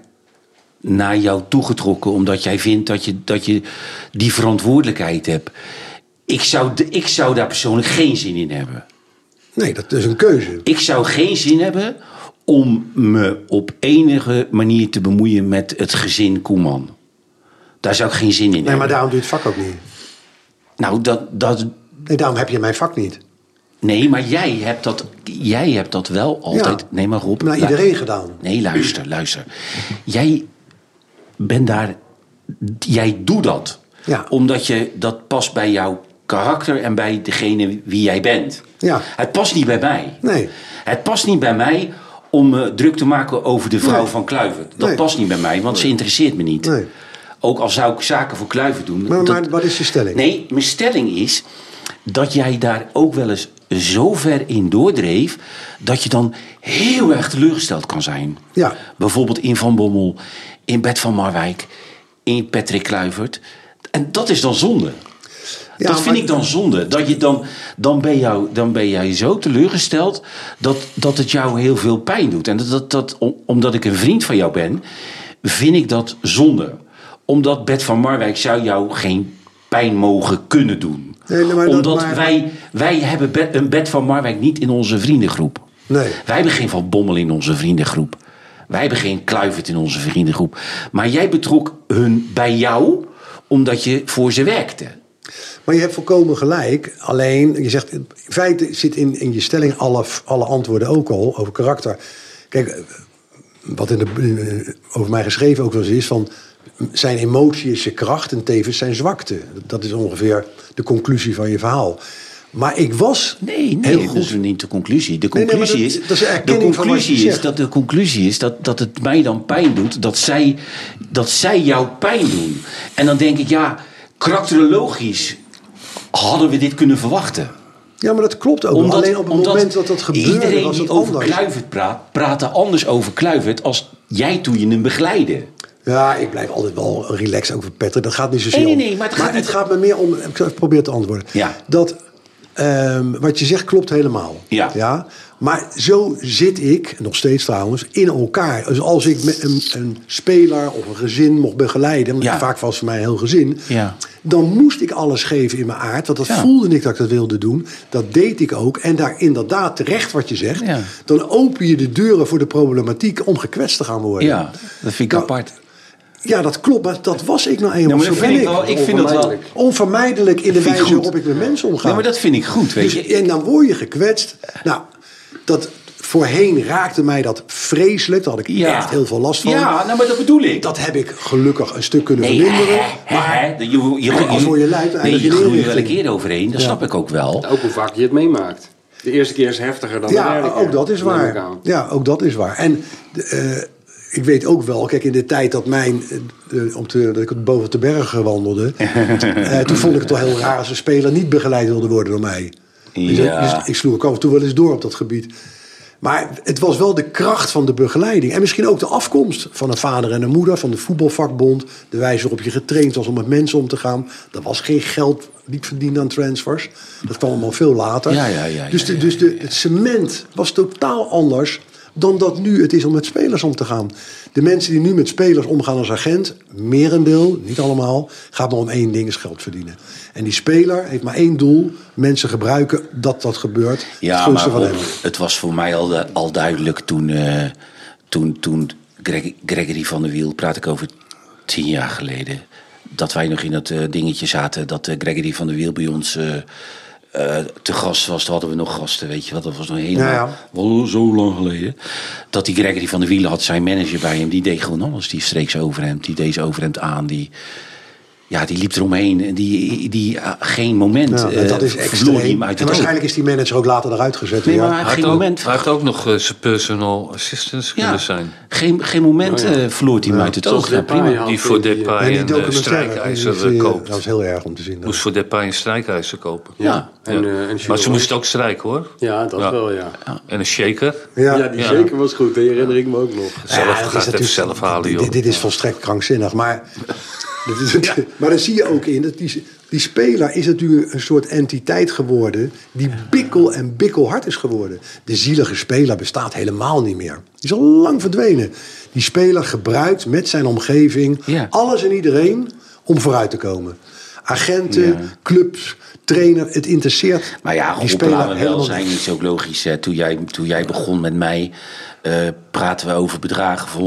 Speaker 3: naar jou toegetrokken, omdat jij vindt dat je, dat je die verantwoordelijkheid hebt. Ik zou, de- ik zou daar persoonlijk geen zin in hebben.
Speaker 4: Nee, dat is een keuze.
Speaker 3: Ik zou geen zin hebben om me op enige manier te bemoeien met het gezin Koeman. Daar zou ik geen zin in
Speaker 4: Nee,
Speaker 3: hebben.
Speaker 4: maar daarom doe je het vak ook niet.
Speaker 3: Nou, dat, dat,
Speaker 4: Nee, daarom heb je mijn vak niet.
Speaker 3: Nee, maar jij hebt dat, jij hebt dat wel altijd.
Speaker 4: Ja.
Speaker 3: Nee, maar Rob.
Speaker 4: Naar
Speaker 3: lu-
Speaker 4: iedereen gedaan.
Speaker 3: Nee, luister, luister. Jij bent daar. Jij doet dat.
Speaker 4: Ja.
Speaker 3: Omdat je dat past bij jouw karakter en bij degene wie jij bent.
Speaker 4: Ja.
Speaker 3: Het past niet bij mij.
Speaker 4: Nee.
Speaker 3: Het past niet bij mij om me druk te maken over de vrouw van Kluivert. Dat
Speaker 4: Nee.
Speaker 3: past niet bij mij, want ze interesseert me niet.
Speaker 4: Nee.
Speaker 3: Ook al zou ik zaken voor Kluivert doen.
Speaker 4: Maar,
Speaker 3: dat-
Speaker 4: maar wat is je stelling?
Speaker 3: Nee, mijn stelling is dat jij daar ook wel eens zo ver in doordreef dat je dan heel erg teleurgesteld kan zijn.
Speaker 4: Ja.
Speaker 3: Bijvoorbeeld in Van Bommel, in Bert van Marwijk, in Patrick Kluivert. En dat is dan zonde.
Speaker 4: Ja,
Speaker 3: dat vind
Speaker 4: maar-
Speaker 3: ik dan zonde. Dat je dan, dan, ben jou, dan ben jij zo teleurgesteld dat, dat het jou heel veel pijn doet. En dat, dat, dat, om- omdat ik een vriend van jou ben, vind ik dat zonde. Omdat Bert van Marwijk zou jou geen pijn mogen kunnen doen.
Speaker 4: Nee, nee, maar dat-
Speaker 3: omdat
Speaker 4: maar-
Speaker 3: wij, wij hebben Bert- een Bert van Marwijk niet in onze vriendengroep.
Speaker 4: Nee.
Speaker 3: Wij hebben geen Van Bommel in onze vriendengroep. Wij hebben geen Kluivert in onze vriendengroep. Maar jij betrok hun bij jou omdat je voor ze werkte.
Speaker 4: Maar je hebt volkomen gelijk. Alleen, je zegt, in feite zit in, in je stelling alle, alle antwoorden ook al over karakter. Kijk, eh, wat in de, eh, over mij geschreven ook wel eens is, van zijn emotie is zijn kracht en tevens zijn zwakte. Dat is ongeveer de conclusie van je verhaal. Maar ik was
Speaker 3: Nee, nee
Speaker 4: heel
Speaker 3: dat is
Speaker 4: goed.
Speaker 3: niet de conclusie. De
Speaker 4: dus- nee, maar
Speaker 3: conclusie, is,
Speaker 4: dat- dat is een
Speaker 3: de
Speaker 4: erkenning van wat je
Speaker 3: conclusie is
Speaker 4: zegt.
Speaker 3: dat de conclusie is dat, dat het mij dan pijn doet dat zij, dat zij jou pijn doen. En dan denk ik, ja, karakterologisch hadden we dit kunnen verwachten.
Speaker 4: Ja, maar dat klopt ook. Alleen op het
Speaker 3: omdat
Speaker 4: moment dat dat gebeurde
Speaker 3: Iedereen
Speaker 4: was
Speaker 3: die
Speaker 4: het
Speaker 3: over
Speaker 4: anders.
Speaker 3: Kluivert praat, praatte anders over Kluivert als jij toen je hem begeleidde.
Speaker 4: Ja, ik blijf altijd wel relaxed over Patrick. Dat gaat niet zozeer
Speaker 3: Nee, nee,
Speaker 4: om.
Speaker 3: nee, maar het gaat niet-
Speaker 4: me meer om... Ik probeer te antwoorden.
Speaker 3: Ja.
Speaker 4: Dat ehm, wat je zegt klopt helemaal.
Speaker 3: Ja.
Speaker 4: ja. Maar zo zit ik, nog steeds trouwens, in elkaar. Dus als ik met een, een speler of een gezin mocht begeleiden... want
Speaker 3: Ja.
Speaker 4: vaak was het voor mij een heel gezin...
Speaker 3: Ja.
Speaker 4: dan moest ik alles geven in mijn aard. Want dat
Speaker 3: Ja.
Speaker 4: voelde ik dat ik dat wilde doen. Dat deed ik ook. En daar inderdaad terecht wat je zegt...
Speaker 3: Ja.
Speaker 4: dan open je de deuren voor de problematiek... om gekwetst te gaan worden.
Speaker 3: Ja, dat vind ik
Speaker 4: Oh Nou,
Speaker 3: apart.
Speaker 4: Ja, dat klopt, maar dat was ik nou eenmaal.
Speaker 3: maar dat
Speaker 4: Zo
Speaker 3: vind
Speaker 4: ben
Speaker 3: ik wel- ik vind dat wel-
Speaker 4: Onvermijdelijk. Onvermijdelijk in de
Speaker 3: Vind ik
Speaker 4: wijze
Speaker 3: goed.
Speaker 4: waarop ik met mensen omga.
Speaker 3: Nee, maar dat vind ik goed, weet
Speaker 4: Dus-
Speaker 3: je.
Speaker 4: En dan word je gekwetst. Nou, dat, voorheen raakte mij dat vreselijk. Daar had ik
Speaker 3: Ja.
Speaker 4: echt heel veel last van.
Speaker 3: Ja, nou, maar dat bedoel ik.
Speaker 4: Dat heb ik gelukkig een stuk kunnen
Speaker 3: Nee, hè,
Speaker 4: verminderen.
Speaker 3: hè, hè, je, je,
Speaker 4: als voor je
Speaker 3: nee,
Speaker 4: lijf eigenlijk
Speaker 3: je
Speaker 4: in
Speaker 3: groeit er
Speaker 4: inrichting.
Speaker 3: wel een keer overheen, dat snap ik ook wel.
Speaker 2: Ook hoe vaak je het meemaakt. De eerste keer is heftiger dan de
Speaker 4: ja,
Speaker 2: derde keer.
Speaker 4: ook dat is
Speaker 2: neem ik
Speaker 4: waar.
Speaker 2: aan.
Speaker 4: Ja, ook dat is waar. En eh, ik weet ook wel, kijk, in de tijd dat mijn, eh, eh, om te, dat ik boven op de bergen wandelde, eh, toen vond ik het al heel raar als een speler niet begeleid wilde worden door mij. Dus,
Speaker 3: Ja.
Speaker 4: dus ik sloeg ook af en toe wel eens door op dat gebied. Maar het was wel de kracht van de begeleiding. En misschien ook de afkomst van een vader en een moeder, van de voetbalvakbond. De wijze waarop je getraind was om met mensen om te gaan. Er was geen geld niet verdiend aan transfers. Dat kwam allemaal veel later.
Speaker 3: Ja, ja, ja,
Speaker 4: dus de,
Speaker 3: ja, ja.
Speaker 4: dus de, het cement was totaal anders dan dat nu het is om met spelers om te gaan. De mensen die nu met spelers omgaan als agent, merendeel, niet allemaal, gaat maar om één ding, is geld verdienen. En die speler heeft maar één doel, mensen gebruiken dat dat gebeurt. het
Speaker 3: Ja, maar
Speaker 4: gunste van
Speaker 3: Rob,
Speaker 4: hem.
Speaker 3: het was voor mij al, de- al duidelijk toen, eh, toen, toen Greg- Gregory van der Wiel, praat ik over tien jaar geleden, dat wij nog in dat eh, dingetje zaten, dat eh, Gregory van der Wiel bij ons eh, eh, te gast was. Toen hadden we nog gasten, weet je wat, dat was nog helemaal
Speaker 4: Ja, ja.
Speaker 3: wel zo lang geleden. Dat die Gregory van der Wiel had zijn manager bij hem, die deed gewoon alles. Die streek zijn overhemd, die deed zijn overhemd aan, die... ja, die liep eromheen. En die, die, ah, geen moment
Speaker 4: Ja,
Speaker 3: eh,
Speaker 4: dat is
Speaker 3: verloor hij hem
Speaker 4: extreem.
Speaker 3: uit
Speaker 4: En
Speaker 3: het oog.
Speaker 4: waarschijnlijk is die manager ook later eruit gezet.
Speaker 3: Nee,
Speaker 4: weer.
Speaker 3: maar
Speaker 5: Had
Speaker 3: geen
Speaker 5: ook,
Speaker 3: moment.
Speaker 5: had ook nog eh, zijn personal assistance
Speaker 3: Ja,
Speaker 5: kunnen zijn. Nou
Speaker 3: geen, geen moment eh, verloor hij hem uit het oog.
Speaker 2: Zoals
Speaker 3: Ja,
Speaker 2: Depay
Speaker 3: prima.
Speaker 2: had
Speaker 5: Die
Speaker 2: in
Speaker 5: voor
Speaker 2: die, eh,
Speaker 5: Depay
Speaker 4: En die
Speaker 5: en de
Speaker 4: documentaire, die- die-
Speaker 5: strijkijzer
Speaker 4: die-
Speaker 5: eh,
Speaker 4: dat was
Speaker 5: koopt.
Speaker 4: heel erg om te zien. dan.
Speaker 5: Moest voor Depay een strijkijzer kopen.
Speaker 3: Ja.
Speaker 2: En,
Speaker 5: Ja.
Speaker 2: eh, en
Speaker 5: maar
Speaker 2: Giroud.
Speaker 5: ze moest ook strijken hoor.
Speaker 2: Ja, dat
Speaker 5: Ja.
Speaker 2: wel, ja.
Speaker 5: En een shaker.
Speaker 4: Ja.
Speaker 2: Ja, die
Speaker 5: Ja.
Speaker 2: zeker was goed. Die herinner ik me ook nog.
Speaker 5: Zelf
Speaker 4: dat is
Speaker 5: gaat het even
Speaker 4: natuurlijk-
Speaker 5: zelf halen joh.
Speaker 4: Dit, dit is volstrekt krankzinnig. Maar, dit is het- maar daar zie je ook in dat die, die speler is natuurlijk een soort entiteit geworden. die bikkel en bikkelhard is geworden. De zielige speler bestaat helemaal niet meer. Die is al lang verdwenen. Die speler gebruikt met zijn omgeving
Speaker 3: Ja.
Speaker 4: alles en iedereen om vooruit te komen. Agenten,
Speaker 3: Ja.
Speaker 4: clubs, trainer, het interesseert
Speaker 3: Maar ja,
Speaker 4: die
Speaker 3: goed,
Speaker 4: speler
Speaker 3: plannen
Speaker 4: helemaal
Speaker 3: wel
Speaker 4: niet.
Speaker 3: zijn niet zo logisch. Hè. Toen, jij, toen jij begon met mij, eh, praten we over bedragen van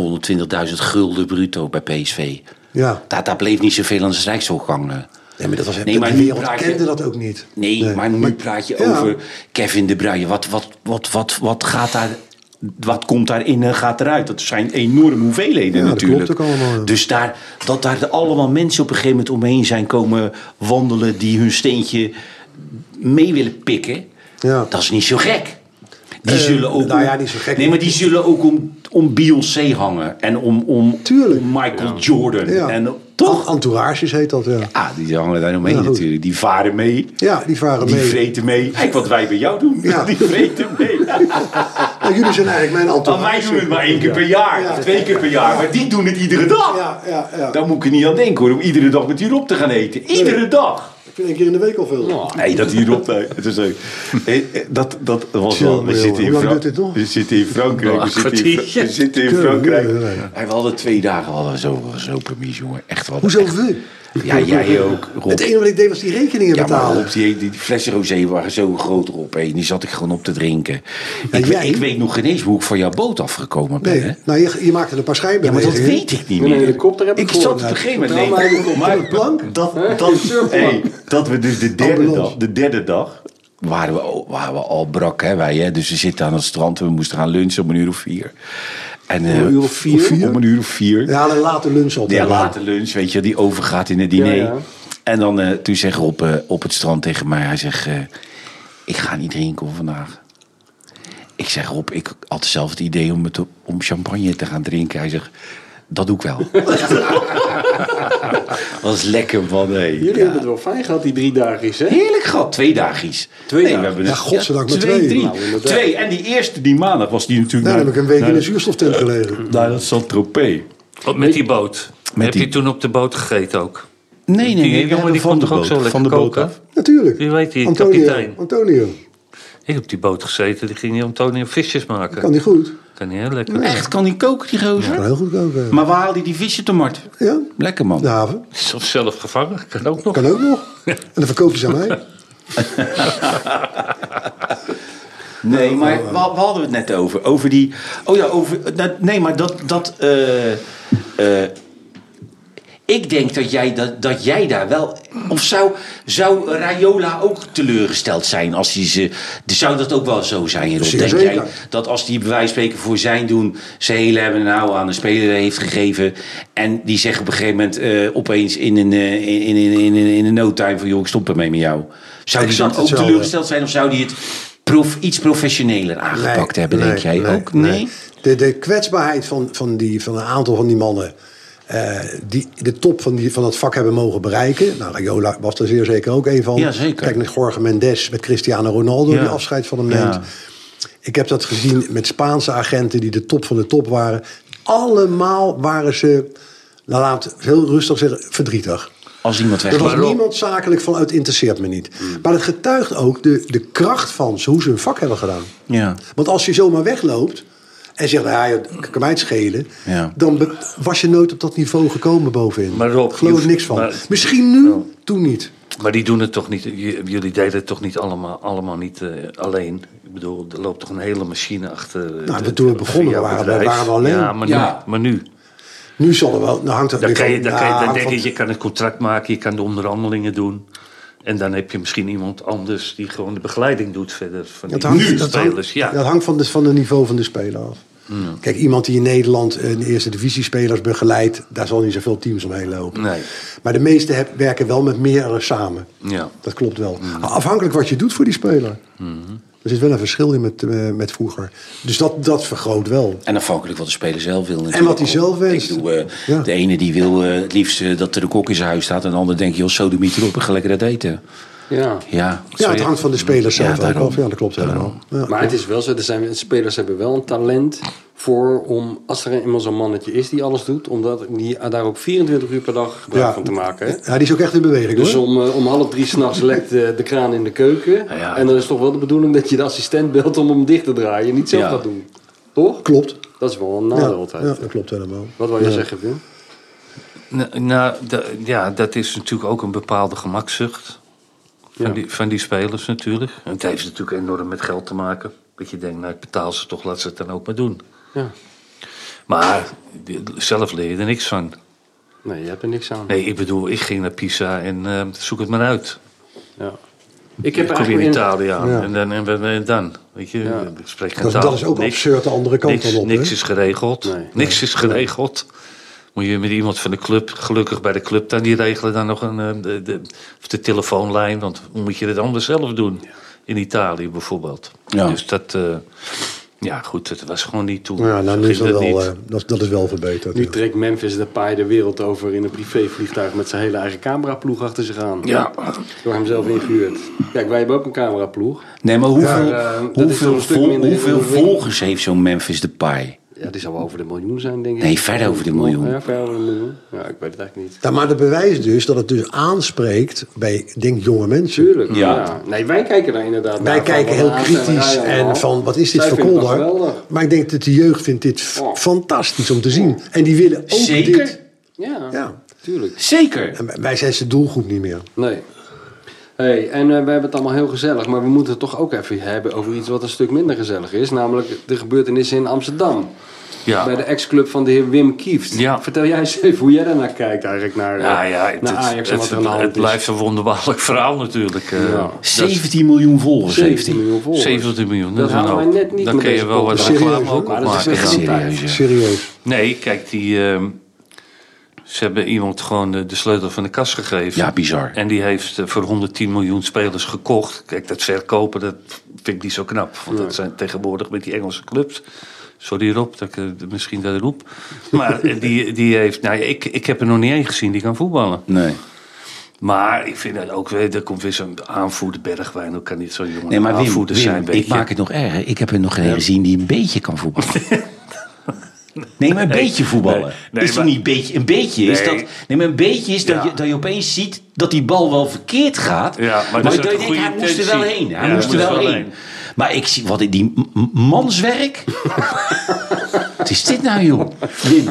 Speaker 3: 120.000 gulden bruto bij PSV.
Speaker 4: Ja.
Speaker 3: Daar, daar bleef niet zoveel aan de strijkstok hangen.
Speaker 4: Nee, maar dat was,
Speaker 3: Nee,
Speaker 4: de
Speaker 3: maar nu
Speaker 4: wereld
Speaker 3: praat je-
Speaker 4: kende dat ook niet.
Speaker 3: Nee, maar nu praat je
Speaker 4: ja.
Speaker 3: over Kevin De Bruyne. Wat, wat, wat, wat, wat gaat daar... Wat komt daarin en gaat eruit? Dat zijn enorme hoeveelheden
Speaker 4: Ja, dat
Speaker 3: natuurlijk.
Speaker 4: klopt ook allemaal, ja.
Speaker 3: Dus daar, dat daar de allemaal mensen op een gegeven moment omheen zijn komen wandelen... die hun steentje mee willen pikken.
Speaker 4: Ja.
Speaker 3: Dat is niet zo gek. Die
Speaker 4: Eh,
Speaker 3: zullen ook
Speaker 4: nou
Speaker 3: om-
Speaker 4: ja, niet zo gek.
Speaker 3: Nee, maar die zullen ook om, om Beyoncé hangen. En om, om,
Speaker 4: Tuurlijk.
Speaker 3: om Michael Jordan.
Speaker 4: Ja.
Speaker 3: En, toch?
Speaker 4: An- Entourages heet dat, ja.
Speaker 3: Ja, die hangen daar omheen
Speaker 4: Ja, goed.
Speaker 3: natuurlijk. Die varen mee.
Speaker 4: Ja, die varen
Speaker 3: Die
Speaker 4: mee.
Speaker 3: vreten mee. Kijk wat wij bij jou doen.
Speaker 4: Ja.
Speaker 3: Die vreten mee.
Speaker 4: Nou, jullie zijn eigenlijk mijn
Speaker 3: Want
Speaker 4: entourage.
Speaker 3: Oh, wij doen het maar één keer per jaar.
Speaker 4: Ja.
Speaker 3: Of twee keer per jaar. Maar die doen het iedere dag.
Speaker 4: Ja, ja, ja.
Speaker 3: Daar moet ik er niet aan denken hoor. Om iedere dag met die Rob te gaan eten. Iedere dag.
Speaker 4: Ik vind één keer in de week al veel.
Speaker 3: Nee, dat die Rob... nee, Het is leuk. Eh, eh, Dat, dat was wel...
Speaker 4: Jongen,
Speaker 3: We zitten in,
Speaker 4: hoe lang
Speaker 3: Fran-
Speaker 4: duurt dit nog?
Speaker 3: we zitten in Frankrijk. We zitten in, Fra- we zitten in Frankrijk. Hey, we hadden twee dagen we hadden zo, zo permis, jongen. Echt wel.
Speaker 4: Hoezo we?
Speaker 3: Ja, jij ook, Rob.
Speaker 4: Het enige wat ik deed was die rekeningen
Speaker 3: Ja, maar
Speaker 4: betalen.
Speaker 3: Rob, die, die flessen rosé waren zo groot erop. heen. Die zat ik gewoon op te drinken. ik,
Speaker 4: jij-
Speaker 3: weet- ik weet nog geen eens hoe ik van jouw boot afgekomen ben. hè?
Speaker 4: nee, nou, je, je maakte een paar
Speaker 3: Ja, maar dat
Speaker 4: schijnbewegingen.
Speaker 3: weet ik niet
Speaker 2: Met een
Speaker 3: meer.
Speaker 2: helikopter heb ik
Speaker 3: ik zat op
Speaker 2: gehoord.
Speaker 3: een gegeven moment...
Speaker 4: Nou,
Speaker 3: nee,
Speaker 4: maar- op een plank?
Speaker 3: dat,
Speaker 2: Hè?
Speaker 3: dat,
Speaker 2: Een surfplank.
Speaker 3: hey, dat we dus de derde
Speaker 4: Ambulance.
Speaker 3: dag... De derde dag waren we, al- waren we al brak, hè, wij. Hè? Dus we zitten aan het strand en we moesten gaan lunchen om een uur of vier. En, eh,
Speaker 4: een uur of vier?
Speaker 3: Om een uur of vier.
Speaker 4: We halen later lunch op.
Speaker 3: Ja,
Speaker 4: daarna.
Speaker 3: late lunch, weet je, die overgaat in het diner.
Speaker 2: Ja, ja.
Speaker 3: En dan eh, toen zegt Rob eh, op het strand tegen mij, hij zegt, eh, ik ga niet drinken vandaag. Ik zeg Rob, ik had zelf het idee om, het, om champagne te gaan drinken. Hij zegt, dat doe ik wel. dat is lekker, man. hé.
Speaker 2: Jullie
Speaker 3: Ja.
Speaker 2: hebben het wel fijn gehad, die drie dagjes, hè?
Speaker 3: Heerlijk gehad, twee dagjes.
Speaker 2: Twee
Speaker 3: nee, we
Speaker 2: dagen.
Speaker 3: hebben
Speaker 4: Ja,
Speaker 3: het-
Speaker 4: godzijdank maar
Speaker 3: twee,
Speaker 4: twee.
Speaker 3: drie.
Speaker 2: Nou, inderdaad.
Speaker 3: twee. En die eerste, die maandag, was die natuurlijk...
Speaker 4: Daar
Speaker 3: naar-
Speaker 4: heb ik een week
Speaker 3: naar-
Speaker 4: in een zuurstoftent gelegen.
Speaker 3: Naar dat Saint-Tropez.
Speaker 5: Op- Met die boot.
Speaker 3: Met
Speaker 5: Heb
Speaker 3: die-
Speaker 5: je toen op de boot gegeten ook?
Speaker 3: Nee, nee,
Speaker 5: Die
Speaker 3: nee. we
Speaker 5: jongen
Speaker 3: hebben
Speaker 5: die
Speaker 3: van
Speaker 5: kon
Speaker 3: de
Speaker 5: toch ook
Speaker 3: boot,
Speaker 5: zo lekker
Speaker 3: van de boot
Speaker 5: koken?
Speaker 3: af.
Speaker 4: Natuurlijk.
Speaker 5: Wie weet die,
Speaker 4: Antonio.
Speaker 5: kapitein.
Speaker 4: Antonio.
Speaker 5: Ik heb op die boot gezeten. Die ging die Antonio visjes maken.
Speaker 4: Kan die goed?
Speaker 5: Kan niet heel lekker.
Speaker 3: Echt, kan die koken, die gozer?
Speaker 4: Kan heel goed koken.
Speaker 3: Maar waar haalde hij die visje te mart?
Speaker 4: Ja,
Speaker 3: Lekker man.
Speaker 4: de haven.
Speaker 5: Is Of zelf gevangen. Kan ook nog.
Speaker 4: Kan ook nog. En dan verkopen ze aan mij.
Speaker 3: Nee, maar we, we hadden het net over. Over die. Oh ja, over. dat- nee, maar dat. dat eh, eh, ik denk dat jij, dat, dat jij daar wel. Of zou, zou Rayola ook teleurgesteld zijn als hij ze. Zou dat ook wel zo zijn, Rob?
Speaker 4: Zeer
Speaker 3: Denk
Speaker 4: zeker.
Speaker 3: jij dat als die bij wijze van spreken voor zijn doen. zijn hele hebben en houden aan de speler heeft gegeven. en die zegt op een gegeven moment eh, opeens in een, eh, in, in, in, in, in een no-time van. joh, ik stop ermee met jou. Zou die dan
Speaker 4: Exact
Speaker 3: ook
Speaker 4: hetzelfde.
Speaker 3: teleurgesteld zijn of zou die het prof, iets professioneler aangepakt hebben, denk jij ook? Nee.
Speaker 4: De, de kwetsbaarheid van, van, die, van een aantal van die mannen. eh, die de top van, die, van dat vak hebben mogen bereiken. Nou, Raiola was er zeer zeker ook een van.
Speaker 3: Ja, zeker.
Speaker 4: Kijk naar Jorge Mendes met Cristiano Ronaldo, die afscheid van hem neemt.
Speaker 3: Ja.
Speaker 4: Ik heb dat gezien met Spaanse agenten die de top van de top waren. Allemaal waren ze, nou laat het heel rustig zeggen, verdrietig.
Speaker 3: Als iemand weg
Speaker 4: Er was
Speaker 3: is.
Speaker 4: niemand zakelijk van, het interesseert me niet.
Speaker 5: Hmm.
Speaker 4: Maar het getuigt ook de, de kracht van ze, hoe ze hun vak hebben gedaan.
Speaker 3: Ja.
Speaker 4: Want als je zomaar wegloopt en zegt, nou ja, joh, kan mij het schelen.
Speaker 3: Ja.
Speaker 4: Dan be- was je nooit op dat niveau gekomen bovenin.
Speaker 5: Maar Rob,
Speaker 4: Geloof
Speaker 5: je-
Speaker 4: er niks van.
Speaker 5: maar-
Speaker 4: Misschien nu, toen niet.
Speaker 5: Maar die doen het toch niet. j- Jullie deden het toch niet allemaal, allemaal niet eh, alleen. Ik bedoel, er loopt toch een hele machine achter. eh,
Speaker 4: Nou,
Speaker 5: de-
Speaker 4: toen we
Speaker 5: de-
Speaker 4: begonnen
Speaker 5: jouw
Speaker 4: waren we-
Speaker 5: bedrijf.
Speaker 4: waren we alleen.
Speaker 5: Ja, maar
Speaker 3: Ja.
Speaker 5: nu. Maar nu.
Speaker 4: Nu zal er wel, nou hangt er
Speaker 5: Dan,
Speaker 4: weer
Speaker 5: kan je,
Speaker 4: van-
Speaker 5: dan, kan je,
Speaker 4: nou,
Speaker 5: dan
Speaker 4: hangt van-
Speaker 5: denk ik, je kan een contract maken, je kan de onderhandelingen doen. En dan heb je misschien iemand anders die gewoon de begeleiding doet verder van die
Speaker 4: hangt-
Speaker 5: nu
Speaker 4: dat
Speaker 5: spelers.
Speaker 4: hangt-
Speaker 5: ja. Hmm.
Speaker 4: Dat hangt van, de, van het niveau van de speler af. Kijk, iemand die in Nederland een eerste divisiespelers begeleidt, daar zal niet zoveel teams omheen lopen.
Speaker 5: Nee.
Speaker 4: Maar de meeste heb- werken wel met meerdere samen.
Speaker 5: Ja. Hmm.
Speaker 4: Dat klopt wel. Afhankelijk wat je doet voor die speler. Er zit wel een verschil in met, eh, met vroeger. Dus dat, dat vergroot wel.
Speaker 3: En afhankelijk wat de speler zelf wil. natuurlijk
Speaker 4: En wat hij
Speaker 3: ook.
Speaker 4: zelf wenst.
Speaker 3: Ik bedoel, eh,
Speaker 4: Ja.
Speaker 3: De ene die wil eh, het liefst eh, dat er de kok in zijn huis staat. En de ander denkt, joh, sodomiet erop en ga lekker dat eten.
Speaker 2: Ja.
Speaker 3: Ja,
Speaker 4: Ja, het hangt van de speler zelf ook
Speaker 3: daarom.
Speaker 4: af. Ja, dat klopt helemaal. Ja.
Speaker 2: Maar het is wel zo, er zijn, spelers hebben wel een talent voor om, als er eenmaal zo'n mannetje is die alles doet, om dat, die, daar ook 24 uur per dag gebruik van te maken. Hè?
Speaker 4: Ja, die is ook echt in beweging
Speaker 2: Dus
Speaker 4: hoor.
Speaker 2: om, eh, om half drie s'nachts lekt eh, de kraan in de keuken.
Speaker 5: ja.
Speaker 2: En dan is toch wel de bedoeling dat je de assistent belt om hem dicht te draaien. Niet zelf
Speaker 3: Ja.
Speaker 2: gaat doen. Toch?
Speaker 4: Klopt.
Speaker 2: Dat is wel een
Speaker 4: Ja,
Speaker 2: nadeel
Speaker 4: ja,
Speaker 2: altijd.
Speaker 4: dat klopt helemaal.
Speaker 2: Wat wil je
Speaker 4: Ja.
Speaker 2: zeggen, Wim?
Speaker 5: Nou, nou, da- ja, dat is natuurlijk ook een bepaalde gemakzucht van,
Speaker 2: Ja.
Speaker 5: die, van die spelers natuurlijk. En het heeft natuurlijk enorm met geld te maken. Dat je denkt, nou ik betaal ze toch, laat ze het dan ook maar doen.
Speaker 2: Ja.
Speaker 5: Maar die- zelf leer je er niks van.
Speaker 2: Nee, je hebt er niks aan.
Speaker 5: Nee, ik bedoel, ik ging naar Pisa en eh, zoek het maar uit.
Speaker 2: Ja. Ik
Speaker 5: Ik
Speaker 2: heb
Speaker 5: kom je
Speaker 2: eigenlijk
Speaker 5: in
Speaker 2: een-
Speaker 5: Italië aan
Speaker 4: Ja.
Speaker 5: en dan, en, en- en dan. Weet je, ik spreek geen
Speaker 4: Dat,
Speaker 5: taal.
Speaker 4: dat is ook
Speaker 5: Niks.
Speaker 4: absurd de andere kant
Speaker 5: Niks,
Speaker 4: dan op.
Speaker 5: niks
Speaker 4: hè?
Speaker 5: is geregeld.
Speaker 2: Nee.
Speaker 5: niks is geregeld. Moet je met iemand van de club, gelukkig bij de club, dan die regelen dan nog een, eh, de, de, of de telefoonlijn. Want hoe moet je dit anders zelf doen? In Italië bijvoorbeeld.
Speaker 3: Ja.
Speaker 5: Dus dat, eh, ja goed, het was gewoon niet toen.
Speaker 4: Ja, nou,
Speaker 5: Zo
Speaker 4: nu is
Speaker 5: ging
Speaker 4: dat,
Speaker 5: dat
Speaker 4: wel,
Speaker 5: niet.
Speaker 4: eh, dat, dat is wel verbeterd.
Speaker 2: Nu
Speaker 4: ja.
Speaker 2: trekt Memphis Depay de wereld over in een privévliegtuig met zijn hele eigen cameraploeg achter zich aan.
Speaker 5: Ja.
Speaker 2: Door hemzelf ingehuurd. Kijk, wij hebben ook een cameraploeg.
Speaker 3: Nee, maar hoeveel,
Speaker 2: Ja, eh, dat is toch
Speaker 3: hoeveel,
Speaker 2: een stuk
Speaker 3: vol-
Speaker 2: minder
Speaker 3: hoeveel
Speaker 2: ingewikkeld.
Speaker 3: volgers heeft zo'n Memphis Depay?
Speaker 2: Ja, die zou wel over de miljoen zijn, denk ik.
Speaker 3: Nee, verder over de miljoen.
Speaker 2: Ja, ver over de miljoen. Ja, ik weet het eigenlijk niet.
Speaker 4: Ja, maar dat bewijst dus dat het dus aanspreekt bij, ik denk jonge mensen.
Speaker 2: Tuurlijk.
Speaker 3: Ja.
Speaker 2: Ja. Nee, wij kijken daar inderdaad
Speaker 4: Wij
Speaker 2: naar, van
Speaker 4: kijken
Speaker 2: wat
Speaker 4: heel
Speaker 2: Haas
Speaker 4: kritisch
Speaker 2: Rijnmond
Speaker 4: en
Speaker 2: had.
Speaker 4: van wat is dit
Speaker 2: Zij
Speaker 4: voor
Speaker 2: vinden dat
Speaker 4: kolder.
Speaker 2: geweldig.
Speaker 4: Maar ik denk dat de jeugd vindt dit f-
Speaker 2: Oh.
Speaker 4: fantastisch om te zien. En die willen ook
Speaker 3: Zeker.
Speaker 4: dit.
Speaker 2: Ja,
Speaker 4: Ja.
Speaker 2: tuurlijk.
Speaker 3: Zeker.
Speaker 4: En wij zijn zijn doelgroep niet meer.
Speaker 2: Nee. Hey, en eh, we hebben het allemaal heel gezellig, maar we moeten het toch ook even hebben over iets wat een stuk minder gezellig is. Namelijk de gebeurtenissen in Amsterdam.
Speaker 5: Ja.
Speaker 2: Bij de ex-club van de heer Wim Kieft.
Speaker 5: Ja.
Speaker 2: Vertel jij eens even hoe jij daarnaar kijkt eigenlijk naar, eh,
Speaker 5: Ja, Nou ja, het,
Speaker 2: naar
Speaker 5: het-
Speaker 2: Ajax en wat
Speaker 5: het-
Speaker 2: er aan de hand
Speaker 5: het
Speaker 2: is.
Speaker 5: blijft een wonderbaarlijk verhaal natuurlijk. eh.
Speaker 2: Ja.
Speaker 5: Dat is
Speaker 3: 17 miljoen volgers heeft
Speaker 2: 17
Speaker 3: hij.
Speaker 2: miljoen volgers.
Speaker 5: 17 miljoen.
Speaker 2: Dat
Speaker 5: is een
Speaker 2: halen wij
Speaker 5: hoop.
Speaker 2: net niet
Speaker 5: Dan
Speaker 2: met
Speaker 5: kun je
Speaker 2: deze
Speaker 5: wel wat
Speaker 2: podcast.
Speaker 5: reclame
Speaker 4: Serieus,
Speaker 5: ook
Speaker 2: maar
Speaker 5: op
Speaker 2: dat is
Speaker 5: maken.
Speaker 2: echt
Speaker 5: dan.
Speaker 2: niet
Speaker 3: Serieus, ja.
Speaker 4: Serieus.
Speaker 5: Nee, kijk, die, ehm, ze hebben iemand gewoon de, de sleutel van de kast gegeven.
Speaker 3: Ja, bizar.
Speaker 5: En die heeft eh, voor 110 miljoen spelers gekocht. Kijk, dat verkopen, dat vind ik niet zo knap. Want dat zijn tegenwoordig met die Engelse clubs. Sorry Rob, dat ik eh, misschien dat roep. Maar eh, die, die heeft... Nou, ik, ik heb er nog niet één gezien die kan voetballen.
Speaker 3: Nee.
Speaker 5: Maar ik vind dat ook weer... Er komt weer zo'n aanvoerder Bergwijn. Hoe kan niet zo'n jongen
Speaker 3: Nee, maar Wim,
Speaker 5: aanvoerder
Speaker 3: Wim,
Speaker 5: zijn? weet
Speaker 3: ik
Speaker 5: je?
Speaker 3: maak het nog erger. Ik heb er nog geen gezien die een beetje kan voetballen. Nee, maar een beetje voetballen.
Speaker 5: nee, nee,
Speaker 3: is toch
Speaker 5: maar-
Speaker 3: niet beetje? Een beetje is
Speaker 5: Nee.
Speaker 3: dat. Nee, maar een beetje is dat,
Speaker 5: Ja.
Speaker 3: je, dat je opeens ziet dat die bal wel verkeerd gaat.
Speaker 5: Ja, maar dat
Speaker 3: dat je
Speaker 5: is ook
Speaker 3: denkt,
Speaker 5: een goede
Speaker 3: hij moest er wel
Speaker 5: intentie.
Speaker 3: heen. Hij
Speaker 5: Ja,
Speaker 3: moest er wel heen. Maar ik zie wat in die m- m- manswerk. wat is dit nou, joh? Wim,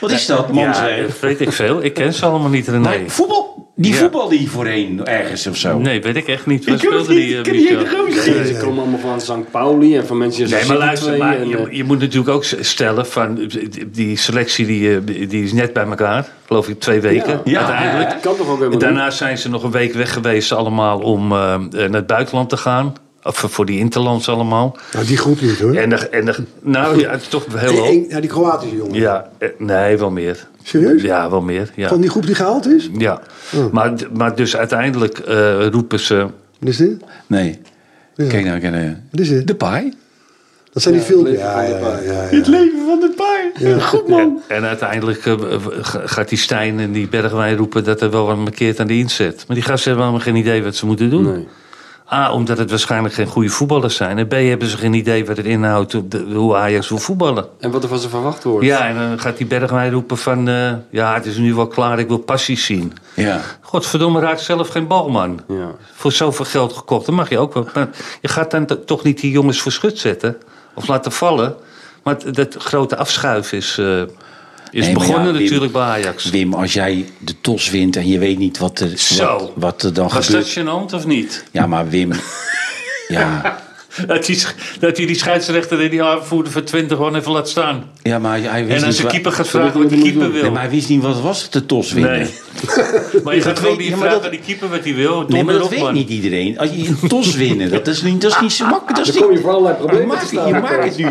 Speaker 3: wat is dat, manswerk?
Speaker 5: Ja, dat weet ik veel. Ik ken ze allemaal niet, René.
Speaker 3: Maar voetbal, die
Speaker 5: Ja.
Speaker 3: voetbalde hier voorheen ergens of zo.
Speaker 5: Nee, weet ik echt niet. Waar
Speaker 3: Ik weet het
Speaker 5: speelde
Speaker 3: niet.
Speaker 5: die,
Speaker 3: Ik ken
Speaker 5: eh,
Speaker 3: die
Speaker 5: Michel?
Speaker 3: hele gozer
Speaker 2: Ja,
Speaker 3: niet.
Speaker 2: Ze komen allemaal van St. Pauli en van Manchester
Speaker 5: Nee, maar
Speaker 2: City
Speaker 5: luister,
Speaker 2: twee
Speaker 5: maar
Speaker 2: en,
Speaker 5: je,
Speaker 2: eh,
Speaker 5: je moet natuurlijk ook s- stellen van eh, die selectie die, eh, die is net bij elkaar, geloof ik, twee weken
Speaker 2: Ja.
Speaker 3: Ja,
Speaker 5: uiteindelijk.
Speaker 3: hè?
Speaker 2: kan toch ook
Speaker 5: En
Speaker 2: helemaal
Speaker 5: daarna zijn ze nog een week weg geweest allemaal om eh, eh, naar het buitenland te gaan. Of eh, voor die interlands allemaal.
Speaker 4: Nou, die groep niet hoor.
Speaker 5: En, de, en de, nou ja, toch heel
Speaker 4: Die,
Speaker 5: hoog.
Speaker 4: een- ja, die Kroatische jongen.
Speaker 5: Ja, eh, nee, wel meer.
Speaker 4: Serieus?
Speaker 5: Ja, wel meer. Ja.
Speaker 4: Van die groep die gehaald is?
Speaker 5: Ja, maar, d- maar dus uiteindelijk eh, roepen ze...
Speaker 4: Wat is dit?
Speaker 3: Nee.
Speaker 4: Ja.
Speaker 3: Kijk nou, kijk nou.
Speaker 4: Wat is dit?
Speaker 3: De paai.
Speaker 4: Dat zijn die
Speaker 2: Ja, het
Speaker 4: filmpjes.
Speaker 2: leven
Speaker 4: Ja,
Speaker 2: van
Speaker 4: ja,
Speaker 2: de
Speaker 4: ja,
Speaker 2: paai.
Speaker 4: ja,
Speaker 3: Het leven van de paai. Goed man.
Speaker 5: En uiteindelijk eh, w- g- gaat die Stijn en die Bergwijn roepen dat er wel wat markeert aan de inzet. Maar die gasten hebben helemaal geen idee wat ze moeten doen.
Speaker 2: Nee.
Speaker 5: A, omdat het waarschijnlijk geen goede voetballers zijn. En B, hebben ze geen idee wat het inhoudt, hoe de- hoe Ajax wil voetballen.
Speaker 2: En wat er van ze verwacht wordt.
Speaker 5: Ja, en dan gaat die Bergwijn roepen van... eh, ja, het is nu wel klaar, ik wil passies zien.
Speaker 3: Ja.
Speaker 5: Godverdomme, raakt zelf geen bal, man.
Speaker 2: Ja.
Speaker 5: Voor zoveel geld gekocht, dan mag je ook wel. Maar je gaat dan to- toch niet die jongens voor schut zetten of laten vallen. Maar het- dat grote afschuif is, eh, is
Speaker 3: Nee, maar ja,
Speaker 5: begonnen
Speaker 3: Wim-
Speaker 5: natuurlijk bij Ajax.
Speaker 3: Wim, als jij de tos wint en je weet niet wat er,
Speaker 5: Zo.
Speaker 3: wat, wat er dan
Speaker 5: Was
Speaker 3: gebeurt.
Speaker 5: dat gênant of niet?
Speaker 3: Ja, maar Wim. ja.
Speaker 5: Dat hij, sch- dat hij die scheidsrechter in die aanvoerder van 20 gewoon even laat staan.
Speaker 3: ja, maar hij wist
Speaker 5: En
Speaker 3: niet
Speaker 5: als de
Speaker 3: waar-
Speaker 5: keeper gaat
Speaker 2: Sorry,
Speaker 5: vragen wat de
Speaker 2: wat moet
Speaker 5: keeper
Speaker 2: doen?
Speaker 5: wil.
Speaker 3: Nee, maar hij wist niet wat het was de tos winnen.
Speaker 5: Nee. Maar je gaat
Speaker 3: weet-
Speaker 5: gewoon niet
Speaker 3: ja, maar
Speaker 5: vragen
Speaker 3: dat-
Speaker 5: aan die keeper wat hij wil.
Speaker 3: Nee, maar
Speaker 5: Donder
Speaker 3: dat
Speaker 5: op,
Speaker 3: weet
Speaker 5: man.
Speaker 3: niet iedereen. Als je een tos winnen, dat is niet, dat is niet zo makkelijk. Dat is
Speaker 2: Dan kom je
Speaker 3: niet-
Speaker 2: voor allerlei problemen
Speaker 3: maakt
Speaker 2: te
Speaker 3: het-
Speaker 2: staan.
Speaker 3: Je maakt het nu.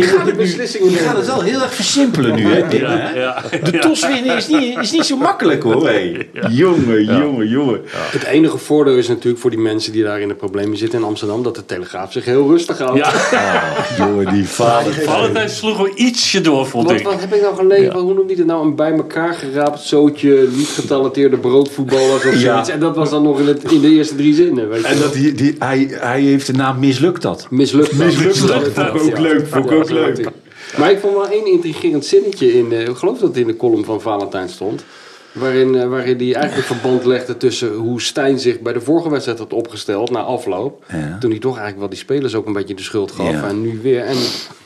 Speaker 3: Je gaat het, nu,
Speaker 2: beslissingen
Speaker 3: je gaat het wel heel erg versimpelen nu, hè, Tim, hè?
Speaker 5: Ja,
Speaker 3: De tos winnen is niet, is niet zo makkelijk, hoor. Hey. Jongen, jongen, jongen.
Speaker 2: Het enige voordeel is natuurlijk voor die mensen die daar in de problemen zitten in Amsterdam... dat de Telegraaf zich heel rustig houdt.
Speaker 5: ja.
Speaker 3: Ah, jongen, die vader.
Speaker 5: Valentijn sloeg wel ietsje door, vond
Speaker 2: Want
Speaker 5: ik.
Speaker 2: wat heb ik nou gelezen? Hoe noemde hij het nou? Een bij elkaar geraapt zootje niet getalenteerde broodvoetballers of
Speaker 3: Ja.
Speaker 2: zoiets. En dat was dan nog in, het, in de eerste drie zinnen. Weet je.
Speaker 3: En dat die, die, hij, hij heeft de naam Mislukt dat.
Speaker 2: Mislukt. dat.
Speaker 3: Mislukt dat.
Speaker 2: Mislukt dat,
Speaker 3: Vond ik ook
Speaker 2: ja.
Speaker 3: leuk, vond ik
Speaker 2: Ja,
Speaker 3: ook
Speaker 2: dat is
Speaker 3: leuk.
Speaker 2: natuurlijk. Maar ik vond wel één intrigerend zinnetje in, eh, ik geloof dat het in de column van Valentijn stond. Waarin, eh, waarin hij eigenlijk verband legde tussen hoe Stijn zich bij de vorige wedstrijd had opgesteld na afloop.
Speaker 3: Ja.
Speaker 2: Toen hij toch eigenlijk wel die spelers ook een beetje de schuld gaf.
Speaker 3: Ja.
Speaker 2: En nu weer. En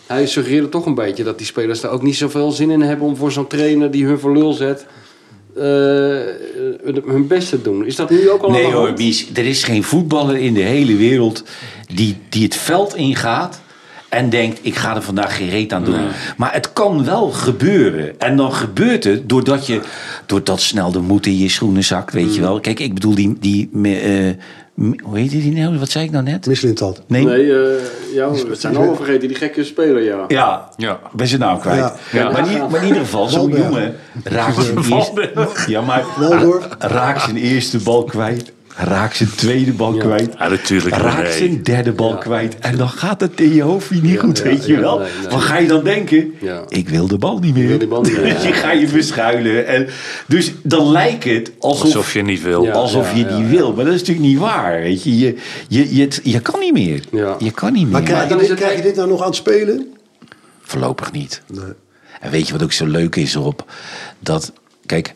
Speaker 2: hij suggereerde toch een beetje dat die spelers daar ook niet zoveel zin in hebben om voor zo'n trainer die hun voor lul zet. eh, hun best te doen. Is dat nu ook al aan
Speaker 3: Nee
Speaker 2: de
Speaker 3: hoor,
Speaker 2: hand?
Speaker 3: Mies, er is geen voetballer in de hele wereld die, die het veld ingaat en denkt, ik ga er vandaag geen reet aan doen. Maar het kan wel gebeuren. En dan gebeurt het doordat, je, doordat snel de moed in je schoenen zakt, weet je wel. Kijk, ik bedoel die... die me- eh, me- hoe heet die nou? Wat zei ik nou net?
Speaker 4: Misselint dat.
Speaker 3: Nee?
Speaker 2: Nee, eh, ja, we zijn allemaal vergeten, die gekke speler, ja.
Speaker 3: Ja,
Speaker 5: Ja.
Speaker 3: ben zijn naam
Speaker 4: Ja.
Speaker 3: kwijt.
Speaker 5: Ja.
Speaker 3: Maar, in- maar in ieder geval, zo'n
Speaker 4: Walberg.
Speaker 3: jongen raakt zijn, eerste, ja, maar,
Speaker 4: Waldorf.
Speaker 3: raakt zijn eerste bal kwijt. Raakt zijn tweede bal kwijt.
Speaker 5: Ja, natuurlijk,
Speaker 3: Raakt
Speaker 5: nee.
Speaker 3: zijn derde bal kwijt. En dan gaat het in je hoofd weer niet goed,
Speaker 2: ja,
Speaker 3: weet je
Speaker 2: ja,
Speaker 3: wel.
Speaker 2: nee, nee.
Speaker 3: Wat ga je dan denken?
Speaker 2: Ja.
Speaker 3: Ik wil de bal niet meer.
Speaker 2: wil die bal niet meer,
Speaker 3: Dus je
Speaker 2: ja.
Speaker 3: gaat je verschuilen. En, dus dan lijkt het alsof,
Speaker 5: Alsof je niet wil.
Speaker 2: Ja.
Speaker 3: alsof je
Speaker 2: ja,
Speaker 3: die
Speaker 2: ja.
Speaker 3: wil. Maar dat is natuurlijk niet waar, weet je. Je, je, je, het- je kan niet meer.
Speaker 2: Ja.
Speaker 3: Je kan niet meer.
Speaker 4: Maar krijg je,
Speaker 2: dan is
Speaker 4: dit,
Speaker 2: het-
Speaker 4: krijg je dit nou nog aan het spelen?
Speaker 3: Voorlopig niet. En weet je wat ook zo leuk is op? Dat, kijk,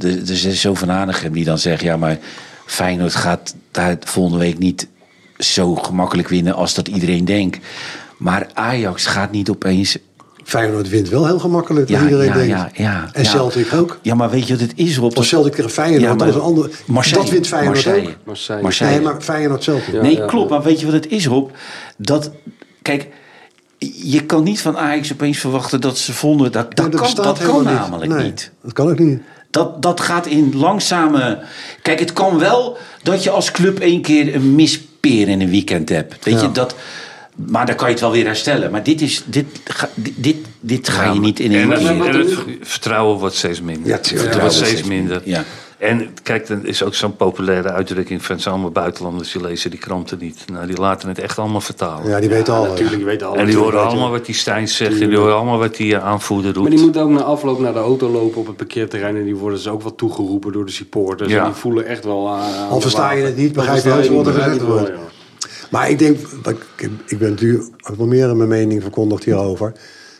Speaker 3: er er is zo van Hanegem die dan zegt... ja, maar Feyenoord gaat daar volgende week niet zo gemakkelijk winnen... als dat iedereen denkt. Maar Ajax gaat niet opeens...
Speaker 4: Feyenoord wint wel heel gemakkelijk, wat
Speaker 3: Ja,
Speaker 4: iedereen
Speaker 3: ja,
Speaker 4: denkt.
Speaker 3: ja, ja.
Speaker 4: en
Speaker 3: ja.
Speaker 4: Celtic ook.
Speaker 3: Ja, maar weet je wat het is, Rob?
Speaker 4: Of Celtic tegen Feyenoord,
Speaker 3: Ja, maar-
Speaker 4: dat is een ander.
Speaker 3: Marseille,
Speaker 4: dat wint Feyenoord
Speaker 3: Marseille,
Speaker 4: ook.
Speaker 2: Marseille.
Speaker 3: Marseille.
Speaker 4: Nee, maar Feyenoord Celtic.
Speaker 2: Ja.
Speaker 3: nee, klopt. Maar weet je wat het is, Rob? Dat, kijk, je kan niet van Ajax opeens verwachten dat ze vonden... Dat, dat,
Speaker 4: Nee,
Speaker 3: kan,
Speaker 4: bestaat
Speaker 3: dat kan
Speaker 4: helemaal niet.
Speaker 3: namelijk
Speaker 4: Nee,
Speaker 3: niet.
Speaker 4: Dat kan ook niet.
Speaker 3: Dat, dat gaat in langzame. Kijk, het kan wel dat je als club één keer een mispeer in een weekend hebt. Weet
Speaker 4: Ja.
Speaker 3: je dat. Maar dan kan je het wel weer herstellen. Maar dit, is, dit, ga, dit- dit, dit ga je niet in
Speaker 5: En
Speaker 3: één
Speaker 5: het,
Speaker 3: keer.
Speaker 5: en het vertrouwen wordt steeds minder.
Speaker 4: Ja, tuurlijk.
Speaker 5: het
Speaker 4: Ja,
Speaker 5: vertrouwen wordt steeds minder.
Speaker 3: Ja.
Speaker 5: En kijk, dan is ook zo'n populaire uitdrukking van zijn allemaal buitenlanders, die lezen die kranten niet. Nou, die laten het echt allemaal vertalen.
Speaker 4: Ja, die weten al.
Speaker 2: Natuurlijk, je weet al.
Speaker 5: en die horen allemaal wat die Stijn zegt, en die horen allemaal wat die eh, aanvoerder doet.
Speaker 2: Maar die moeten ook na afloop naar de auto lopen op het parkeerterrein. En die worden ze ook wel toegeroepen door de supporters.
Speaker 5: Ja.
Speaker 2: En die voelen echt wel aan. aan
Speaker 4: Al
Speaker 2: de
Speaker 4: versta je
Speaker 2: wapen.
Speaker 4: het niet,
Speaker 2: Al
Speaker 4: begrijp je
Speaker 2: versta
Speaker 4: heus wel wat er
Speaker 2: het niet,
Speaker 4: gezegd
Speaker 2: begrijp
Speaker 4: wordt.
Speaker 2: je wel, ja.
Speaker 4: Maar ik denk, wat ik, ik ben natuurlijk ook wel meer mijn mening verkondigd hierover.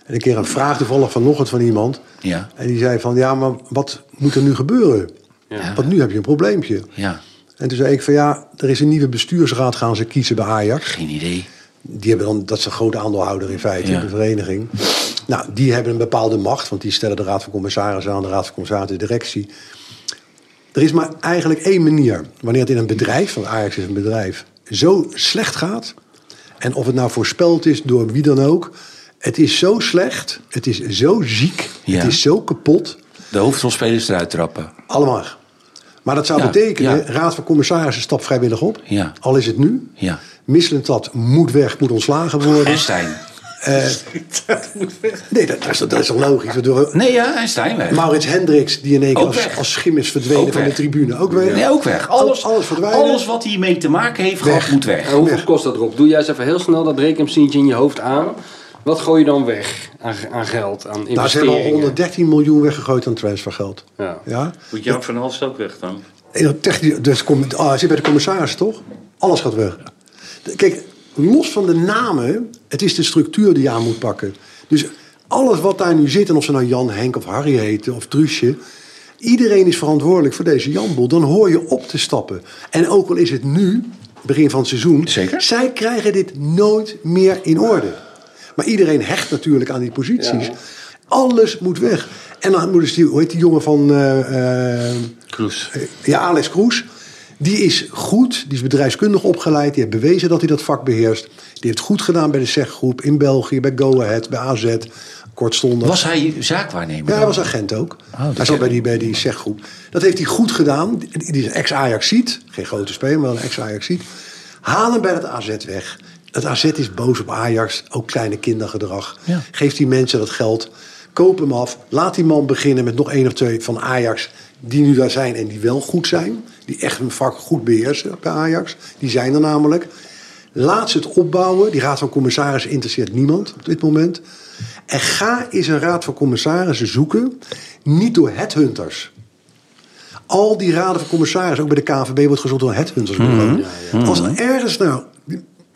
Speaker 4: En een keer een vraag toevallig vanochtend van iemand.
Speaker 3: Ja.
Speaker 4: En die zei van, ja, maar wat moet er nu gebeuren? Want nu heb je een probleempje.
Speaker 3: ja,
Speaker 4: En toen zei ik van, ja, er is een nieuwe bestuursraad gaan ze kiezen bij Ajax.
Speaker 3: geen idee.
Speaker 4: Die hebben dan, dat is een grote aandeelhouder in feite,
Speaker 3: Ja.
Speaker 4: de vereniging. Nou, die hebben een bepaalde macht, want die stellen de Raad van Commissarissen aan, de Raad van Commissarissen, de directie. Er is maar eigenlijk één manier. Wanneer het in een bedrijf, want Ajax is een bedrijf, zo slecht gaat. En of het nou voorspeld is door wie dan ook. Het is zo slecht, het is zo ziek,
Speaker 3: Ja.
Speaker 4: het is zo kapot.
Speaker 3: De hoofdrolspelers eruit trappen.
Speaker 4: Allemaal. Maar dat zou
Speaker 3: Ja,
Speaker 4: betekenen,
Speaker 3: ja.
Speaker 4: Raad van Commissarissen stapt vrijwillig op.
Speaker 3: Ja.
Speaker 4: Al is het nu.
Speaker 3: Ja.
Speaker 4: Mislentat moet weg, moet ontslagen worden.
Speaker 3: En Stijn.
Speaker 4: Nee, dat, dat is, dat is toch logisch. Dat doen we-
Speaker 3: Nee, ja, en Stijn weg.
Speaker 4: Maurits Hendricks, die in één keer
Speaker 3: Ook
Speaker 4: als,
Speaker 3: weg.
Speaker 4: als schim is verdwenen
Speaker 3: Ook
Speaker 4: van de
Speaker 3: weg.
Speaker 4: tribune. Ook weg.
Speaker 3: Nee, ook weg. Alles,
Speaker 4: Al- alles verdwijnen.
Speaker 3: alles wat hiermee te maken heeft gehad,
Speaker 4: Weg.
Speaker 3: moet weg.
Speaker 2: En Eh, hoeveel kost dat Rob? Doe jij eens even heel snel dat rekensientje in je hoofd aan. Wat gooi je dan weg aan, aan geld, aan
Speaker 4: Nou, ze hebben al
Speaker 2: investeringen?
Speaker 4: 113 miljoen weggegooid aan transfergeld.
Speaker 2: Ja.
Speaker 4: Ja?
Speaker 5: Moet Jan van Hals ook weg dan?
Speaker 4: En dat technisch- dus kom- ah, hij zit bij de commissaris, toch? Alles gaat weg. Kijk, los van de namen, het is de structuur die je aan moet pakken. Dus alles wat daar nu zit, en of ze nou Jan, Henk of Harry heten of Truusje... iedereen is verantwoordelijk voor deze Janboel. Dan hoor je op te stappen. En ook al is het nu, begin van het seizoen...
Speaker 3: Zeker.
Speaker 4: zij krijgen dit nooit meer in orde. Maar iedereen hecht natuurlijk aan die posities. Alles moet weg. En dan moet dus die, hoe heet die jongen van... eh, eh,
Speaker 5: Kroes.
Speaker 4: ja, Alex Kroes. Die is goed, die is bedrijfskundig opgeleid, die heeft bewezen dat hij dat vak beheerst. Die heeft goed gedaan bij de SEG-groep in België, bij Go Ahead, bij AZ, kortstondig.
Speaker 3: Was hij zaakwaarnemer?
Speaker 4: Ja, hij
Speaker 3: dan?
Speaker 4: was agent ook.
Speaker 3: dat
Speaker 4: hij
Speaker 3: ken
Speaker 4: zat bij die, bij die SEG-groep. Dat heeft hij goed gedaan. Die die is een ex-Ajaxiet. Geen grote speler, maar wel een ex-Ajaxiet. Haal hem bij het AZ weg. Het AZ is boos op Ajax. Ook kleine kindergedrag.
Speaker 3: Ja.
Speaker 4: Geef die mensen dat geld. Koop hem af. Laat die man beginnen met nog één of twee van Ajax... die nu daar zijn en die wel goed zijn. Die echt hun vak goed beheersen bij Ajax. Die zijn er namelijk. Laat ze het opbouwen. Die raad van commissarissen interesseert niemand op dit moment. En ga eens een raad van commissarissen zoeken. Niet door headhunters. Al die raden van commissarissen, ook bij de KVB, wordt gezond door headhunters. Als er ergens nou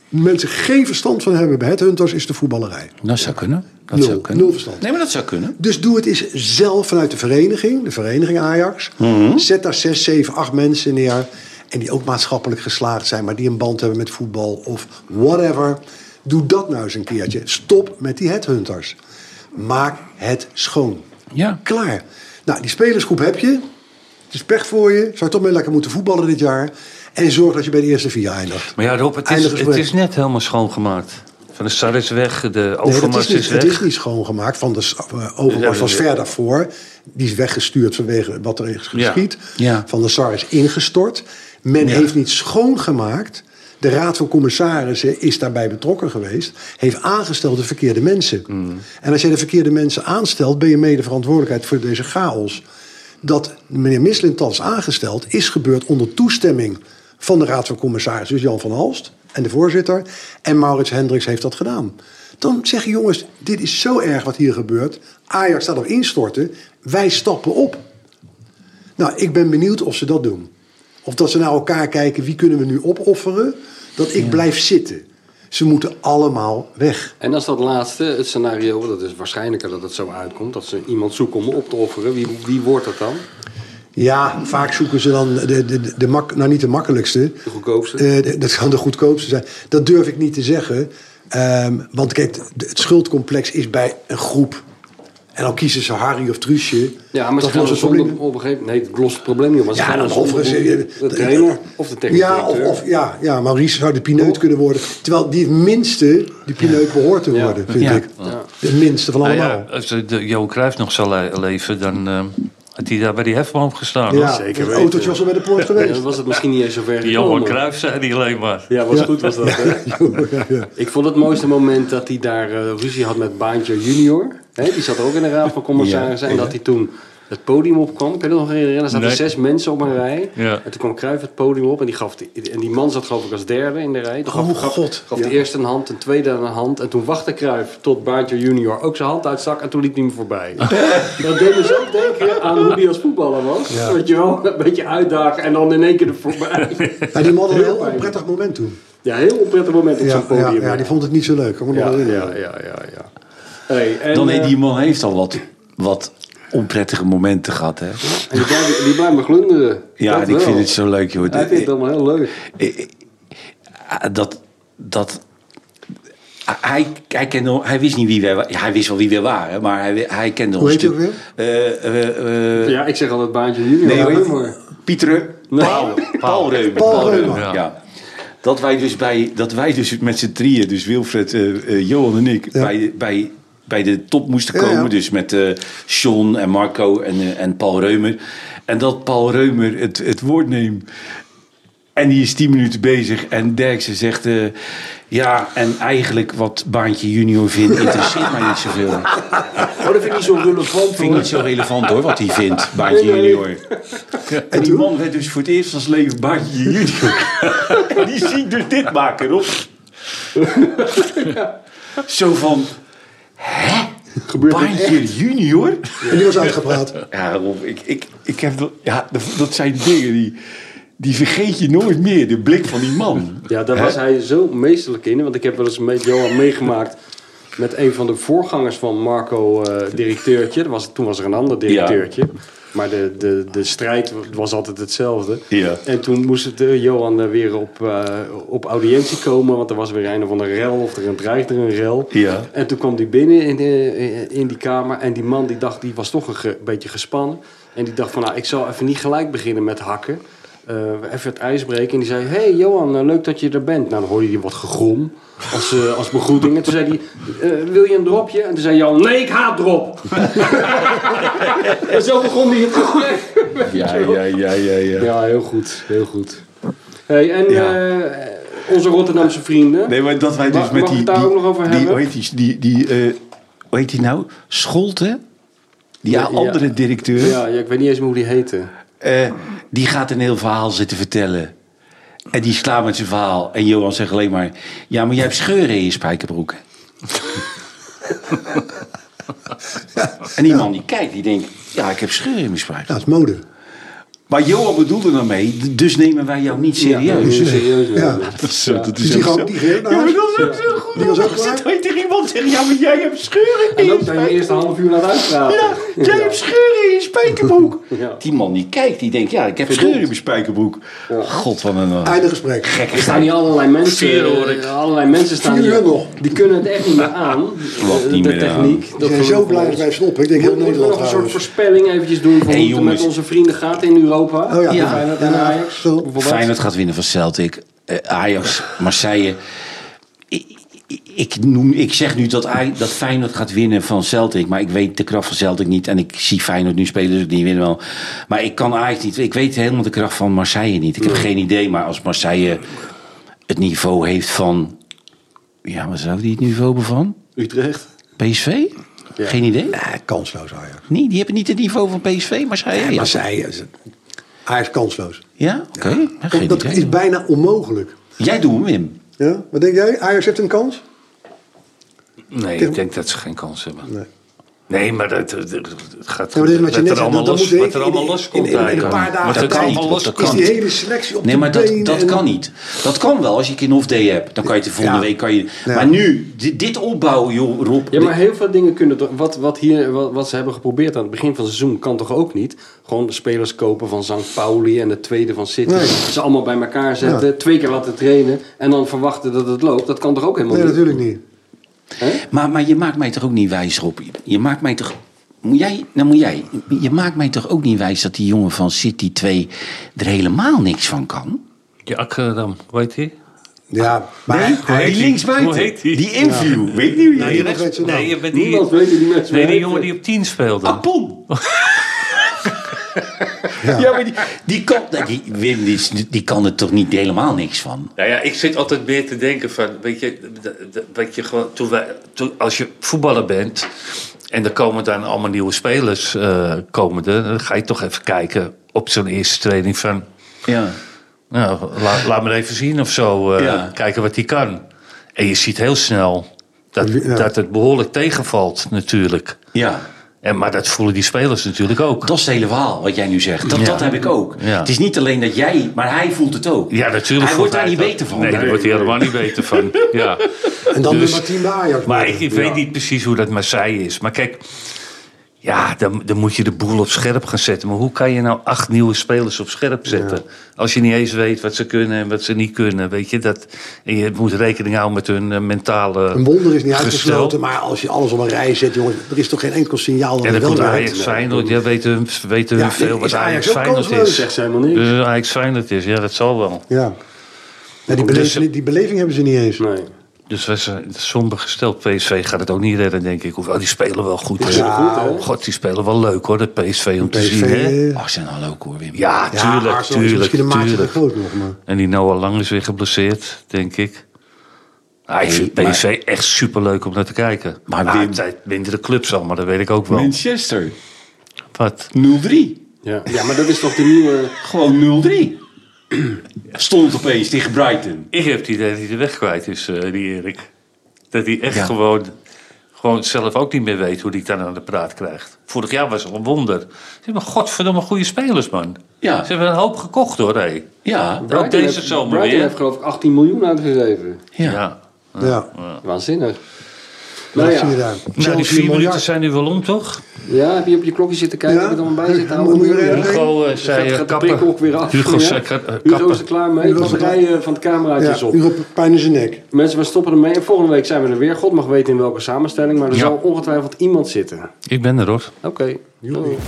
Speaker 4: mensen geen verstand van hebben bij headhunters, is de voetballerij.
Speaker 3: Dat zou kunnen. Dat
Speaker 4: Nul.
Speaker 3: zou kunnen.
Speaker 4: Nul verstand.
Speaker 3: Nee, maar dat zou kunnen.
Speaker 4: Dus doe het eens zelf vanuit de vereniging, de vereniging Ajax. Zet daar zes, zeven, acht mensen neer. En die ook maatschappelijk geslaagd zijn, maar die een band hebben met voetbal of whatever. Doe dat nou eens een keertje. Stop met die headhunters. Maak het schoon.
Speaker 3: Ja.
Speaker 4: Klaar. Nou, die spelersgroep heb je. Het is pech voor je. Zou je toch mee lekker moeten voetballen dit jaar. En zorg dat je bij de eerste vier eindigt.
Speaker 5: Maar ja, Rob, het is,
Speaker 4: Eindig
Speaker 5: het
Speaker 4: gesprek.
Speaker 5: is net helemaal schoongemaakt. Van de Sar is weg, de
Speaker 4: Nee,
Speaker 5: Overmars
Speaker 4: dat is
Speaker 5: is,
Speaker 4: niet, het is
Speaker 5: weg.
Speaker 4: niet schoongemaakt. Van de s- eh, Overmars was ver daarvoor. Die is weggestuurd vanwege wat er is geschied.
Speaker 3: Ja.
Speaker 4: Van de SAR is ingestort. Men heeft niet schoongemaakt. De Raad van Commissarissen is daarbij betrokken geweest. Heeft aangesteld de verkeerde mensen. En als je de verkeerde mensen aanstelt... ben je mede verantwoordelijkheid voor deze chaos. Dat meneer Mislintals aangesteld is gebeurd onder toestemming... van de Raad van Commissarissen, dus Jan van Halst en de voorzitter. En Maurits Hendricks heeft dat gedaan. Dan zeg je, jongens, dit is zo erg wat hier gebeurt. Ajax staat op instorten. Wij stappen op. Nou, ik ben benieuwd of ze dat doen. Of dat ze naar elkaar kijken, wie kunnen we nu opofferen? Dat ik blijf zitten. Ze moeten allemaal weg.
Speaker 2: En als dat laatste, het scenario, dat is waarschijnlijker dat het zo uitkomt, dat ze iemand zoeken om op te offeren, wie, wie wordt dat dan?
Speaker 4: Ja, vaak zoeken ze dan de, de, de, de mak, nou niet de makkelijkste.
Speaker 2: De goedkoopste?
Speaker 4: Eh, de- dat kan de goedkoopste zijn. Dat durf ik niet te zeggen. Ehm, want kijk, de- het schuldcomplex is bij een groep. En dan kiezen ze Harry of Truusje.
Speaker 2: Ja, maar ze
Speaker 4: dat
Speaker 2: gaan
Speaker 4: lost
Speaker 2: het
Speaker 4: het
Speaker 2: zonder,
Speaker 4: probleem.
Speaker 2: op een gegeven moment... Nee, het lost het probleem niet op. want ze
Speaker 4: Ja,
Speaker 2: gaan
Speaker 4: dan
Speaker 2: het zonder-
Speaker 4: offeren ze...
Speaker 2: De trainer of de technisch
Speaker 4: Ja, of,
Speaker 2: directeur.
Speaker 4: of, ja, ja, Maurice zou de pineut kunnen worden. Terwijl die het minste, die pineut behoort te
Speaker 2: Ja.
Speaker 4: worden, vind
Speaker 3: Ja.
Speaker 4: ik. De minste van
Speaker 5: Nou
Speaker 4: allemaal.
Speaker 5: ja, als eh, de Johan Cruijff nog zou le- leven, dan eh, had hij daar bij die hefboom gestaan.
Speaker 4: Ja,
Speaker 5: hoor.
Speaker 2: zeker
Speaker 4: het
Speaker 2: weten.
Speaker 4: autootje was al bij de poort
Speaker 2: Ja,
Speaker 4: geweest.
Speaker 2: dan was het misschien niet eens zo ver
Speaker 5: Johan
Speaker 2: gekomen.
Speaker 5: Cruijff zei hij alleen maar.
Speaker 2: Ja, was goed was dat. hè?
Speaker 4: Ja, ja.
Speaker 2: Ik vond het mooiste moment dat hij daar eh, ruzie had met Baantje junior. Hè, die zat ook in de raad van commissarissen. en dat hij toen het podium opkwam. Kun je dat nog herinneren? Er zaten
Speaker 5: Nee.
Speaker 2: zes mensen op een rij.
Speaker 5: Ja.
Speaker 2: En toen kwam Cruijff het podium op. En die, gaf die, en die man zat geloof ik als derde in de rij. Toen gaf,
Speaker 4: Oh,
Speaker 2: gaf-
Speaker 4: God.
Speaker 2: gaf
Speaker 4: Ja.
Speaker 2: de eerste een hand, een tweede een hand. En toen wachtte Cruijff tot Baantje junior ook zijn hand uitstak. En toen liep hij hem voorbij. dat deed me zo denken aan hoe die als voetballer was.
Speaker 4: Ja.
Speaker 2: Weet je wel, een beetje uitdagen en dan in één keer er voorbij.
Speaker 4: Maar die man had een heel
Speaker 2: pijnlijk.
Speaker 4: onprettig moment toen.
Speaker 2: ja, heel onprettig moment op
Speaker 4: Ja,
Speaker 2: zo'n
Speaker 4: ja,
Speaker 2: podium.
Speaker 4: ja, die vond het niet zo leuk. kan ik me nog
Speaker 2: Ja,
Speaker 4: herinneren.
Speaker 2: ja, ja, ja. ja. Hey, en,
Speaker 3: Dan
Speaker 2: eh,
Speaker 3: heeft die man heeft al wat, wat onprettige momenten gehad. Hè?
Speaker 2: en die blijven, die blijven glunderen.
Speaker 3: Ja,
Speaker 2: Dat
Speaker 3: en ik
Speaker 2: wel.
Speaker 3: vind het zo leuk, joh. Eh,
Speaker 2: Hij vindt het allemaal heel leuk.
Speaker 3: Ah, dat, dat, ah, hij, hij, kende, al- hij wist niet wie wij waren. Ja, hij wist wel wie wij waren, maar hij, hij kende
Speaker 4: Hoe
Speaker 3: ons.
Speaker 4: heet je
Speaker 3: natuurlijk- Eh, eh, eh,
Speaker 2: Ja, ik zeg altijd baantje junior.
Speaker 3: Nee,
Speaker 2: hoor,
Speaker 3: hoor.
Speaker 2: maar.
Speaker 3: Pieter Reu- Paul, Paul Reumer.
Speaker 4: Paul Reumer.
Speaker 3: ja. Dat wij dus, bij, dat wij dus met z'n drieën, dus Wilfred, eh, eh, Johan en ik,
Speaker 4: Ja.
Speaker 3: bij, bij, bij de top moesten
Speaker 4: Ja, ja.
Speaker 3: komen. Dus met eh Sean en Marco en, eh, en Paul Reumer. En dat Paul Reumer het, het woord neemt. En die is 10 minuten bezig. En Derksen zegt. eh, ja, en eigenlijk wat Baantje Junior vindt, interesseert mij niet zoveel.
Speaker 2: Oh, dat vind ik niet zo relevant.
Speaker 3: Vind ik niet
Speaker 2: hoor.
Speaker 3: zo relevant hoor, wat hij vindt, Baantje
Speaker 2: Nee, nee.
Speaker 3: Junior. En die man werd dus voor het eerst van zijn leven Baantje Junior. en die ziet dus dit maken, op. Zo van, hè? Baantje Junior?
Speaker 4: En die was uitgepraat. Nou,
Speaker 3: Ja, Rob, ik, ik, ik heb, dat- ja, dat, dat zijn dingen die, die vergeet je nooit meer. De blik van die man.
Speaker 2: Ja, daar was hij zo meesterlijk in. Want ik heb wel eens met Johan meegemaakt met een van de voorgangers van Marco, eh, directeurtje. Dat was, toen was er een ander directeurtje. Maar de, de, de strijd was altijd hetzelfde.
Speaker 3: Ja.
Speaker 2: En toen moest het, eh, Johan eh, weer op, eh, op audiëntie komen. Want er was weer een of andere rel. Of er een dreigde een rel.
Speaker 3: Ja.
Speaker 2: En toen kwam hij binnen in, de- in die kamer. En die man die dacht, die was toch een ge- beetje gespannen. En die dacht van, nou, ik zal even niet gelijk beginnen met hakken. Eh, eh, even het ijs breken. En die zei, hey Johan, eh, leuk dat je er bent. Nou, dan hoorde hij wat gegrom als, eh, als begroeting. En toen zei hij, eh, wil je een dropje? En toen zei Jan, nee, ik haat drop. en zo begon hij het gesprek.
Speaker 3: Ja, ja, ja, ja, ja.
Speaker 2: Ja, heel goed, heel goed. Hey, en
Speaker 6: Ja.
Speaker 2: eh, onze Rotterdamse vrienden.
Speaker 6: Nee, maar dat wij dus
Speaker 2: Mag-
Speaker 6: met
Speaker 2: mag ik
Speaker 6: die...
Speaker 2: het daar
Speaker 6: die,
Speaker 2: ook nog over
Speaker 6: die,
Speaker 2: hebben?
Speaker 6: Hoe heet die, die, die, eh, hoe heet die nou? Scholte? Die
Speaker 2: Ja, ja.
Speaker 6: andere directeur.
Speaker 2: Ja, ja, ik weet niet eens meer hoe die heette.
Speaker 3: Eh, die gaat een heel verhaal zitten vertellen. En die slaat met zijn verhaal. En Johan zegt alleen maar... Ja, maar jij hebt scheuren in je spijkerbroeken. en die man die kijkt, die denkt... Ja, ik heb scheuren in mijn spijkerbroeken.
Speaker 4: dat is mode.
Speaker 3: Maar Johan bedoelde dan mee... d- Dus nemen wij jou niet serieus.
Speaker 2: Ja, serieus.
Speaker 4: Ja.
Speaker 2: Ja.
Speaker 6: Dat
Speaker 3: eh,
Speaker 6: is, zo- dat
Speaker 4: Dus
Speaker 6: is
Speaker 4: die
Speaker 6: echt
Speaker 4: gewoon
Speaker 6: zo.
Speaker 4: die ging naar
Speaker 3: Ja, maar
Speaker 4: huis.
Speaker 3: dat is ook zo goed.
Speaker 4: Die was ook
Speaker 3: Dan zit
Speaker 4: klaar.
Speaker 3: ooit tegen iemand en zegt... Ja, maar jij hebt scheuren in
Speaker 2: En
Speaker 3: je
Speaker 2: ook zijn we eerst een half uur naar uitpraten.
Speaker 3: Ja, jij hebt scheuren in je spijkerbroek.
Speaker 2: Ja.
Speaker 3: Die man die kijkt, die denkt, ja, ik heb scheuren in mijn spijkerbroek. God, wat een... eh,
Speaker 4: Einde gesprek.
Speaker 2: Er staan hier allerlei mensen.
Speaker 5: Vier hoor ik.
Speaker 2: eh, Allerlei mensen staan
Speaker 4: Vier
Speaker 2: hier.
Speaker 4: uur nog.
Speaker 2: Die kunnen het echt niet meer aan. eh,
Speaker 3: niet
Speaker 2: de
Speaker 3: meer aan.
Speaker 2: techniek.
Speaker 4: Die zijn zo blij dat wij stoppen. Ik denk heel
Speaker 2: Moeten we nog
Speaker 4: Nederland
Speaker 2: een soort
Speaker 4: trouwens.
Speaker 2: voorspelling eventjes doen voor
Speaker 3: Hey,
Speaker 2: hoe het er met
Speaker 3: jongens.
Speaker 2: onze vrienden gaat in Europa?
Speaker 4: Oh ja,
Speaker 3: Ja.
Speaker 2: Feyenoord en
Speaker 4: Ja,
Speaker 2: Ajax.
Speaker 4: zo.
Speaker 2: bijvoorbeeld.
Speaker 3: Feyenoord gaat winnen van Celtic. Eh, Ajax, Marseille. Ik, ik- ik, noem, ik zeg nu dat, Aj- dat Feyenoord gaat winnen van Celtic. Maar ik weet de kracht van Celtic niet. En ik zie Feyenoord nu spelen, dus ik niet winnen wel. Maar ik kan Ajax niet. Ik weet helemaal de kracht van Marseille niet. Ik heb geen idee. Maar als Marseille het niveau heeft van... Ja, wat zou die het niveau hebben van?
Speaker 2: Utrecht.
Speaker 3: PSV? Geen idee.
Speaker 4: Nee, kansloos Ajax.
Speaker 3: Nee, die hebben niet het niveau van PSV, Marseille.
Speaker 4: Maar
Speaker 3: ja.
Speaker 4: zij, ze- Ajax kansloos.
Speaker 3: Ja? Oké. Ja, geen
Speaker 4: Dat
Speaker 3: idee.
Speaker 4: is bijna onmogelijk.
Speaker 3: Jij doet hem, Wim.
Speaker 4: Ja? Wat denk jij? Ajax heeft een kans?
Speaker 5: Nee, ik denk dat ze geen kans hebben. Nee, maar dat, dat, dat gaat.
Speaker 4: Ja, maar dit is wat je net
Speaker 5: er
Speaker 4: zei,
Speaker 5: allemaal
Speaker 4: dat- dat
Speaker 5: los,
Speaker 4: moet
Speaker 5: wat er
Speaker 4: in-
Speaker 5: allemaal
Speaker 4: in-
Speaker 5: los
Speaker 4: in-
Speaker 5: komt
Speaker 4: in- in een
Speaker 5: eigenlijk.
Speaker 4: paar dagen
Speaker 5: Wat er
Speaker 4: tijd
Speaker 5: allemaal
Speaker 3: moet
Speaker 5: los
Speaker 3: dat
Speaker 4: Is
Speaker 5: komt.
Speaker 4: die hele selectie op
Speaker 3: Nee,
Speaker 4: de
Speaker 3: maar dat,
Speaker 4: been
Speaker 3: dat
Speaker 4: en-
Speaker 3: kan niet. Dat kan wel als je een off-day hebt. Dan kan je het de volgende
Speaker 4: Ja.
Speaker 3: week... Kan je,
Speaker 4: Ja.
Speaker 3: Maar nu, dit, dit opbouwen, joh, Rob.
Speaker 2: Ja, maar heel veel dingen kunnen toch... Wat, wat, hier, wat, wat ze hebben geprobeerd aan het begin van het seizoen kan toch ook niet? Gewoon de spelers kopen van St. Pauli en de tweede van City.
Speaker 4: Nee.
Speaker 2: Ze allemaal bij elkaar zetten, twee keer laten trainen... en dan verwachten dat het loopt. Dat kan toch ook helemaal
Speaker 4: Nee,
Speaker 2: niet?
Speaker 4: natuurlijk niet.
Speaker 3: Maar, maar je maakt mij toch ook niet wijs, Rob? Je maakt mij toch... Moet jij, nou moet jij. Je maakt mij toch ook niet wijs dat die jongen van City 2 er helemaal niks van kan?
Speaker 5: Ja, Akkeram, weet je?
Speaker 4: Ja, maar hij-
Speaker 3: die
Speaker 5: Hoe
Speaker 3: linksbuiten,
Speaker 5: heet die?
Speaker 3: die interview, weet niet wie hij
Speaker 4: Nou, die
Speaker 3: is.
Speaker 4: rechts- weet zijn
Speaker 5: nee,
Speaker 4: naam.
Speaker 5: je bent die,
Speaker 2: Niemand weet hoe die mensen
Speaker 5: nee, die
Speaker 4: nou.
Speaker 5: jongen die op 10 speelde.
Speaker 4: Ah,
Speaker 3: Apon. Ja. maar die, die kan, nou, die, Wim, die, die kan er toch niet helemaal niks van?
Speaker 5: Nou ja, ik zit altijd meer te denken van, weet je, d- d- wat je gewoon, toen wij, toen, als je voetballer bent en er komen dan allemaal nieuwe spelers eh komen er, dan ga je toch even kijken op zo'n eerste training van,
Speaker 3: Ja.
Speaker 5: nou, laat, laat me even zien of zo, eh,
Speaker 3: Ja.
Speaker 5: kijken wat hij kan. En je ziet heel snel dat,
Speaker 4: Ja.
Speaker 5: dat het behoorlijk tegenvalt natuurlijk.
Speaker 3: ja.
Speaker 5: En, maar dat voelen die spelers natuurlijk ook.
Speaker 3: Dat is het hele verhaal wat jij nu zegt. Dat,
Speaker 5: Ja.
Speaker 3: dat heb ik ook.
Speaker 5: Ja.
Speaker 3: Het is niet alleen dat jij, maar hij voelt het ook.
Speaker 5: Ja, natuurlijk.
Speaker 3: Hij
Speaker 5: voelt
Speaker 3: wordt daar niet
Speaker 5: dat.
Speaker 3: beter van.
Speaker 5: Nee, daar
Speaker 3: Nee,
Speaker 5: wordt hij helemaal niet beter van. Ja.
Speaker 4: en dan
Speaker 5: Dus-
Speaker 4: nummer 10 bij Ajax.
Speaker 5: Maar
Speaker 4: worden.
Speaker 5: ik, ik weet niet precies hoe dat Marseille is. Maar kijk, ja, dan, dan moet je de boel op scherp gaan zetten. Maar hoe kan je nou acht nieuwe spelers op scherp zetten? Als je niet eens weet wat ze kunnen en wat ze niet kunnen. Weet je, dat, en je moet rekening houden met hun eh, mentale
Speaker 4: Een wonder is niet
Speaker 5: gestel.
Speaker 4: uitgesloten, maar als je alles op een rij zet, jongens, er is toch geen enkel signaal dat
Speaker 5: En
Speaker 4: het
Speaker 5: dan
Speaker 4: wel
Speaker 5: komt
Speaker 4: draait.
Speaker 5: Ajax Feyenoord. Ja, weten hun, weten hun
Speaker 4: Ja,
Speaker 5: veel
Speaker 4: is
Speaker 5: wat
Speaker 4: Ajax
Speaker 5: Ajax
Speaker 4: ook
Speaker 5: Feyenoord
Speaker 4: kansloos?
Speaker 5: is.
Speaker 2: Zegt ze helemaal niks.
Speaker 5: Dus Ajax Feyenoord is, ja, dat zal wel.
Speaker 4: Ja. Ja, die, beleving, die beleving hebben ze niet eens.
Speaker 2: Nee.
Speaker 5: Dus we zijn somber gesteld. PSV gaat het ook niet redden, denk ik. Hoewel, die spelen wel goed. hè.
Speaker 4: Ja,
Speaker 2: goed, hè?
Speaker 5: God, die spelen wel leuk, hoor, dat PSV om te
Speaker 4: PSV,
Speaker 5: zien, hè?
Speaker 4: eh,
Speaker 3: Ach, zijn al ook nou hoor, Wim.
Speaker 5: Ja,
Speaker 4: ja,
Speaker 5: tuurlijk,
Speaker 4: Arsenal is
Speaker 5: tuurlijk,
Speaker 4: misschien een maatje te
Speaker 5: tuurlijk.
Speaker 4: groot nog, maar...
Speaker 5: En die Noah Lang is weer geblesseerd, denk ik. Ah, ik
Speaker 3: Nee,
Speaker 5: vind PSV echt superleuk om naar te kijken.
Speaker 3: Maar
Speaker 5: Maar
Speaker 3: Wim-
Speaker 5: het zijn mindere clubs allemaal, dat weet ik ook wel.
Speaker 3: Manchester,
Speaker 5: Wat?
Speaker 3: 0-3.
Speaker 2: Ja. ja, maar dat is toch de nieuwe...
Speaker 3: Gewoon 0-3. Stond opeens tegen Brighton.
Speaker 5: Ik heb het idee dat hij de weg kwijt is, eh, die Erik. Dat hij echt
Speaker 3: Ja.
Speaker 5: gewoon, gewoon zelf ook niet meer weet hoe hij het dan aan de praat krijgt. Vorig jaar was het een wonder. Ze hebben godverdomme goede spelers, man.
Speaker 3: Ja.
Speaker 5: Ze hebben een hoop gekocht, hoor, hé.
Speaker 3: Ja,
Speaker 5: Ook
Speaker 2: Brighton
Speaker 5: deze
Speaker 2: heeft-
Speaker 5: zomer
Speaker 2: Brighton
Speaker 5: weer.
Speaker 2: heeft geloof ik 18 miljoen uitgegeven.
Speaker 3: ja.
Speaker 5: ja.
Speaker 4: Ja,
Speaker 2: Waanzinnig.
Speaker 4: dat
Speaker 2: Nou
Speaker 4: zie je
Speaker 2: ja.
Speaker 4: daar.
Speaker 5: Nou, die
Speaker 4: Chelsea
Speaker 5: vier
Speaker 4: miljard.
Speaker 5: minuten zijn nu wel om, toch?
Speaker 2: ja, heb je op je klokje zitten kijken?
Speaker 4: Ja?
Speaker 2: Heb je er allemaal bij zitten houden?
Speaker 4: Moet je weer
Speaker 2: Ja.
Speaker 4: even-
Speaker 5: Hugo eh,
Speaker 2: Gaat,
Speaker 5: zei eh,
Speaker 2: gaat de
Speaker 5: kappen.
Speaker 2: prik ook weer af?
Speaker 5: Hugo
Speaker 2: Ja?
Speaker 5: zei ka- eh,
Speaker 2: Hugo is er
Speaker 5: kappen.
Speaker 2: klaar mee.
Speaker 4: Hugo is
Speaker 2: Dan
Speaker 4: er klaar.
Speaker 2: rijden van het cameraatje
Speaker 5: dus
Speaker 2: is
Speaker 4: Ja,
Speaker 2: op.
Speaker 4: uur op pijn in zijn nek.
Speaker 2: Mensen, we stoppen ermee. En volgende week zijn we er weer. God mag weten in welke samenstelling. Maar er
Speaker 5: Ja.
Speaker 2: zal ongetwijfeld iemand zitten.
Speaker 5: Ik ben er, hoor.
Speaker 2: Oké. Doei.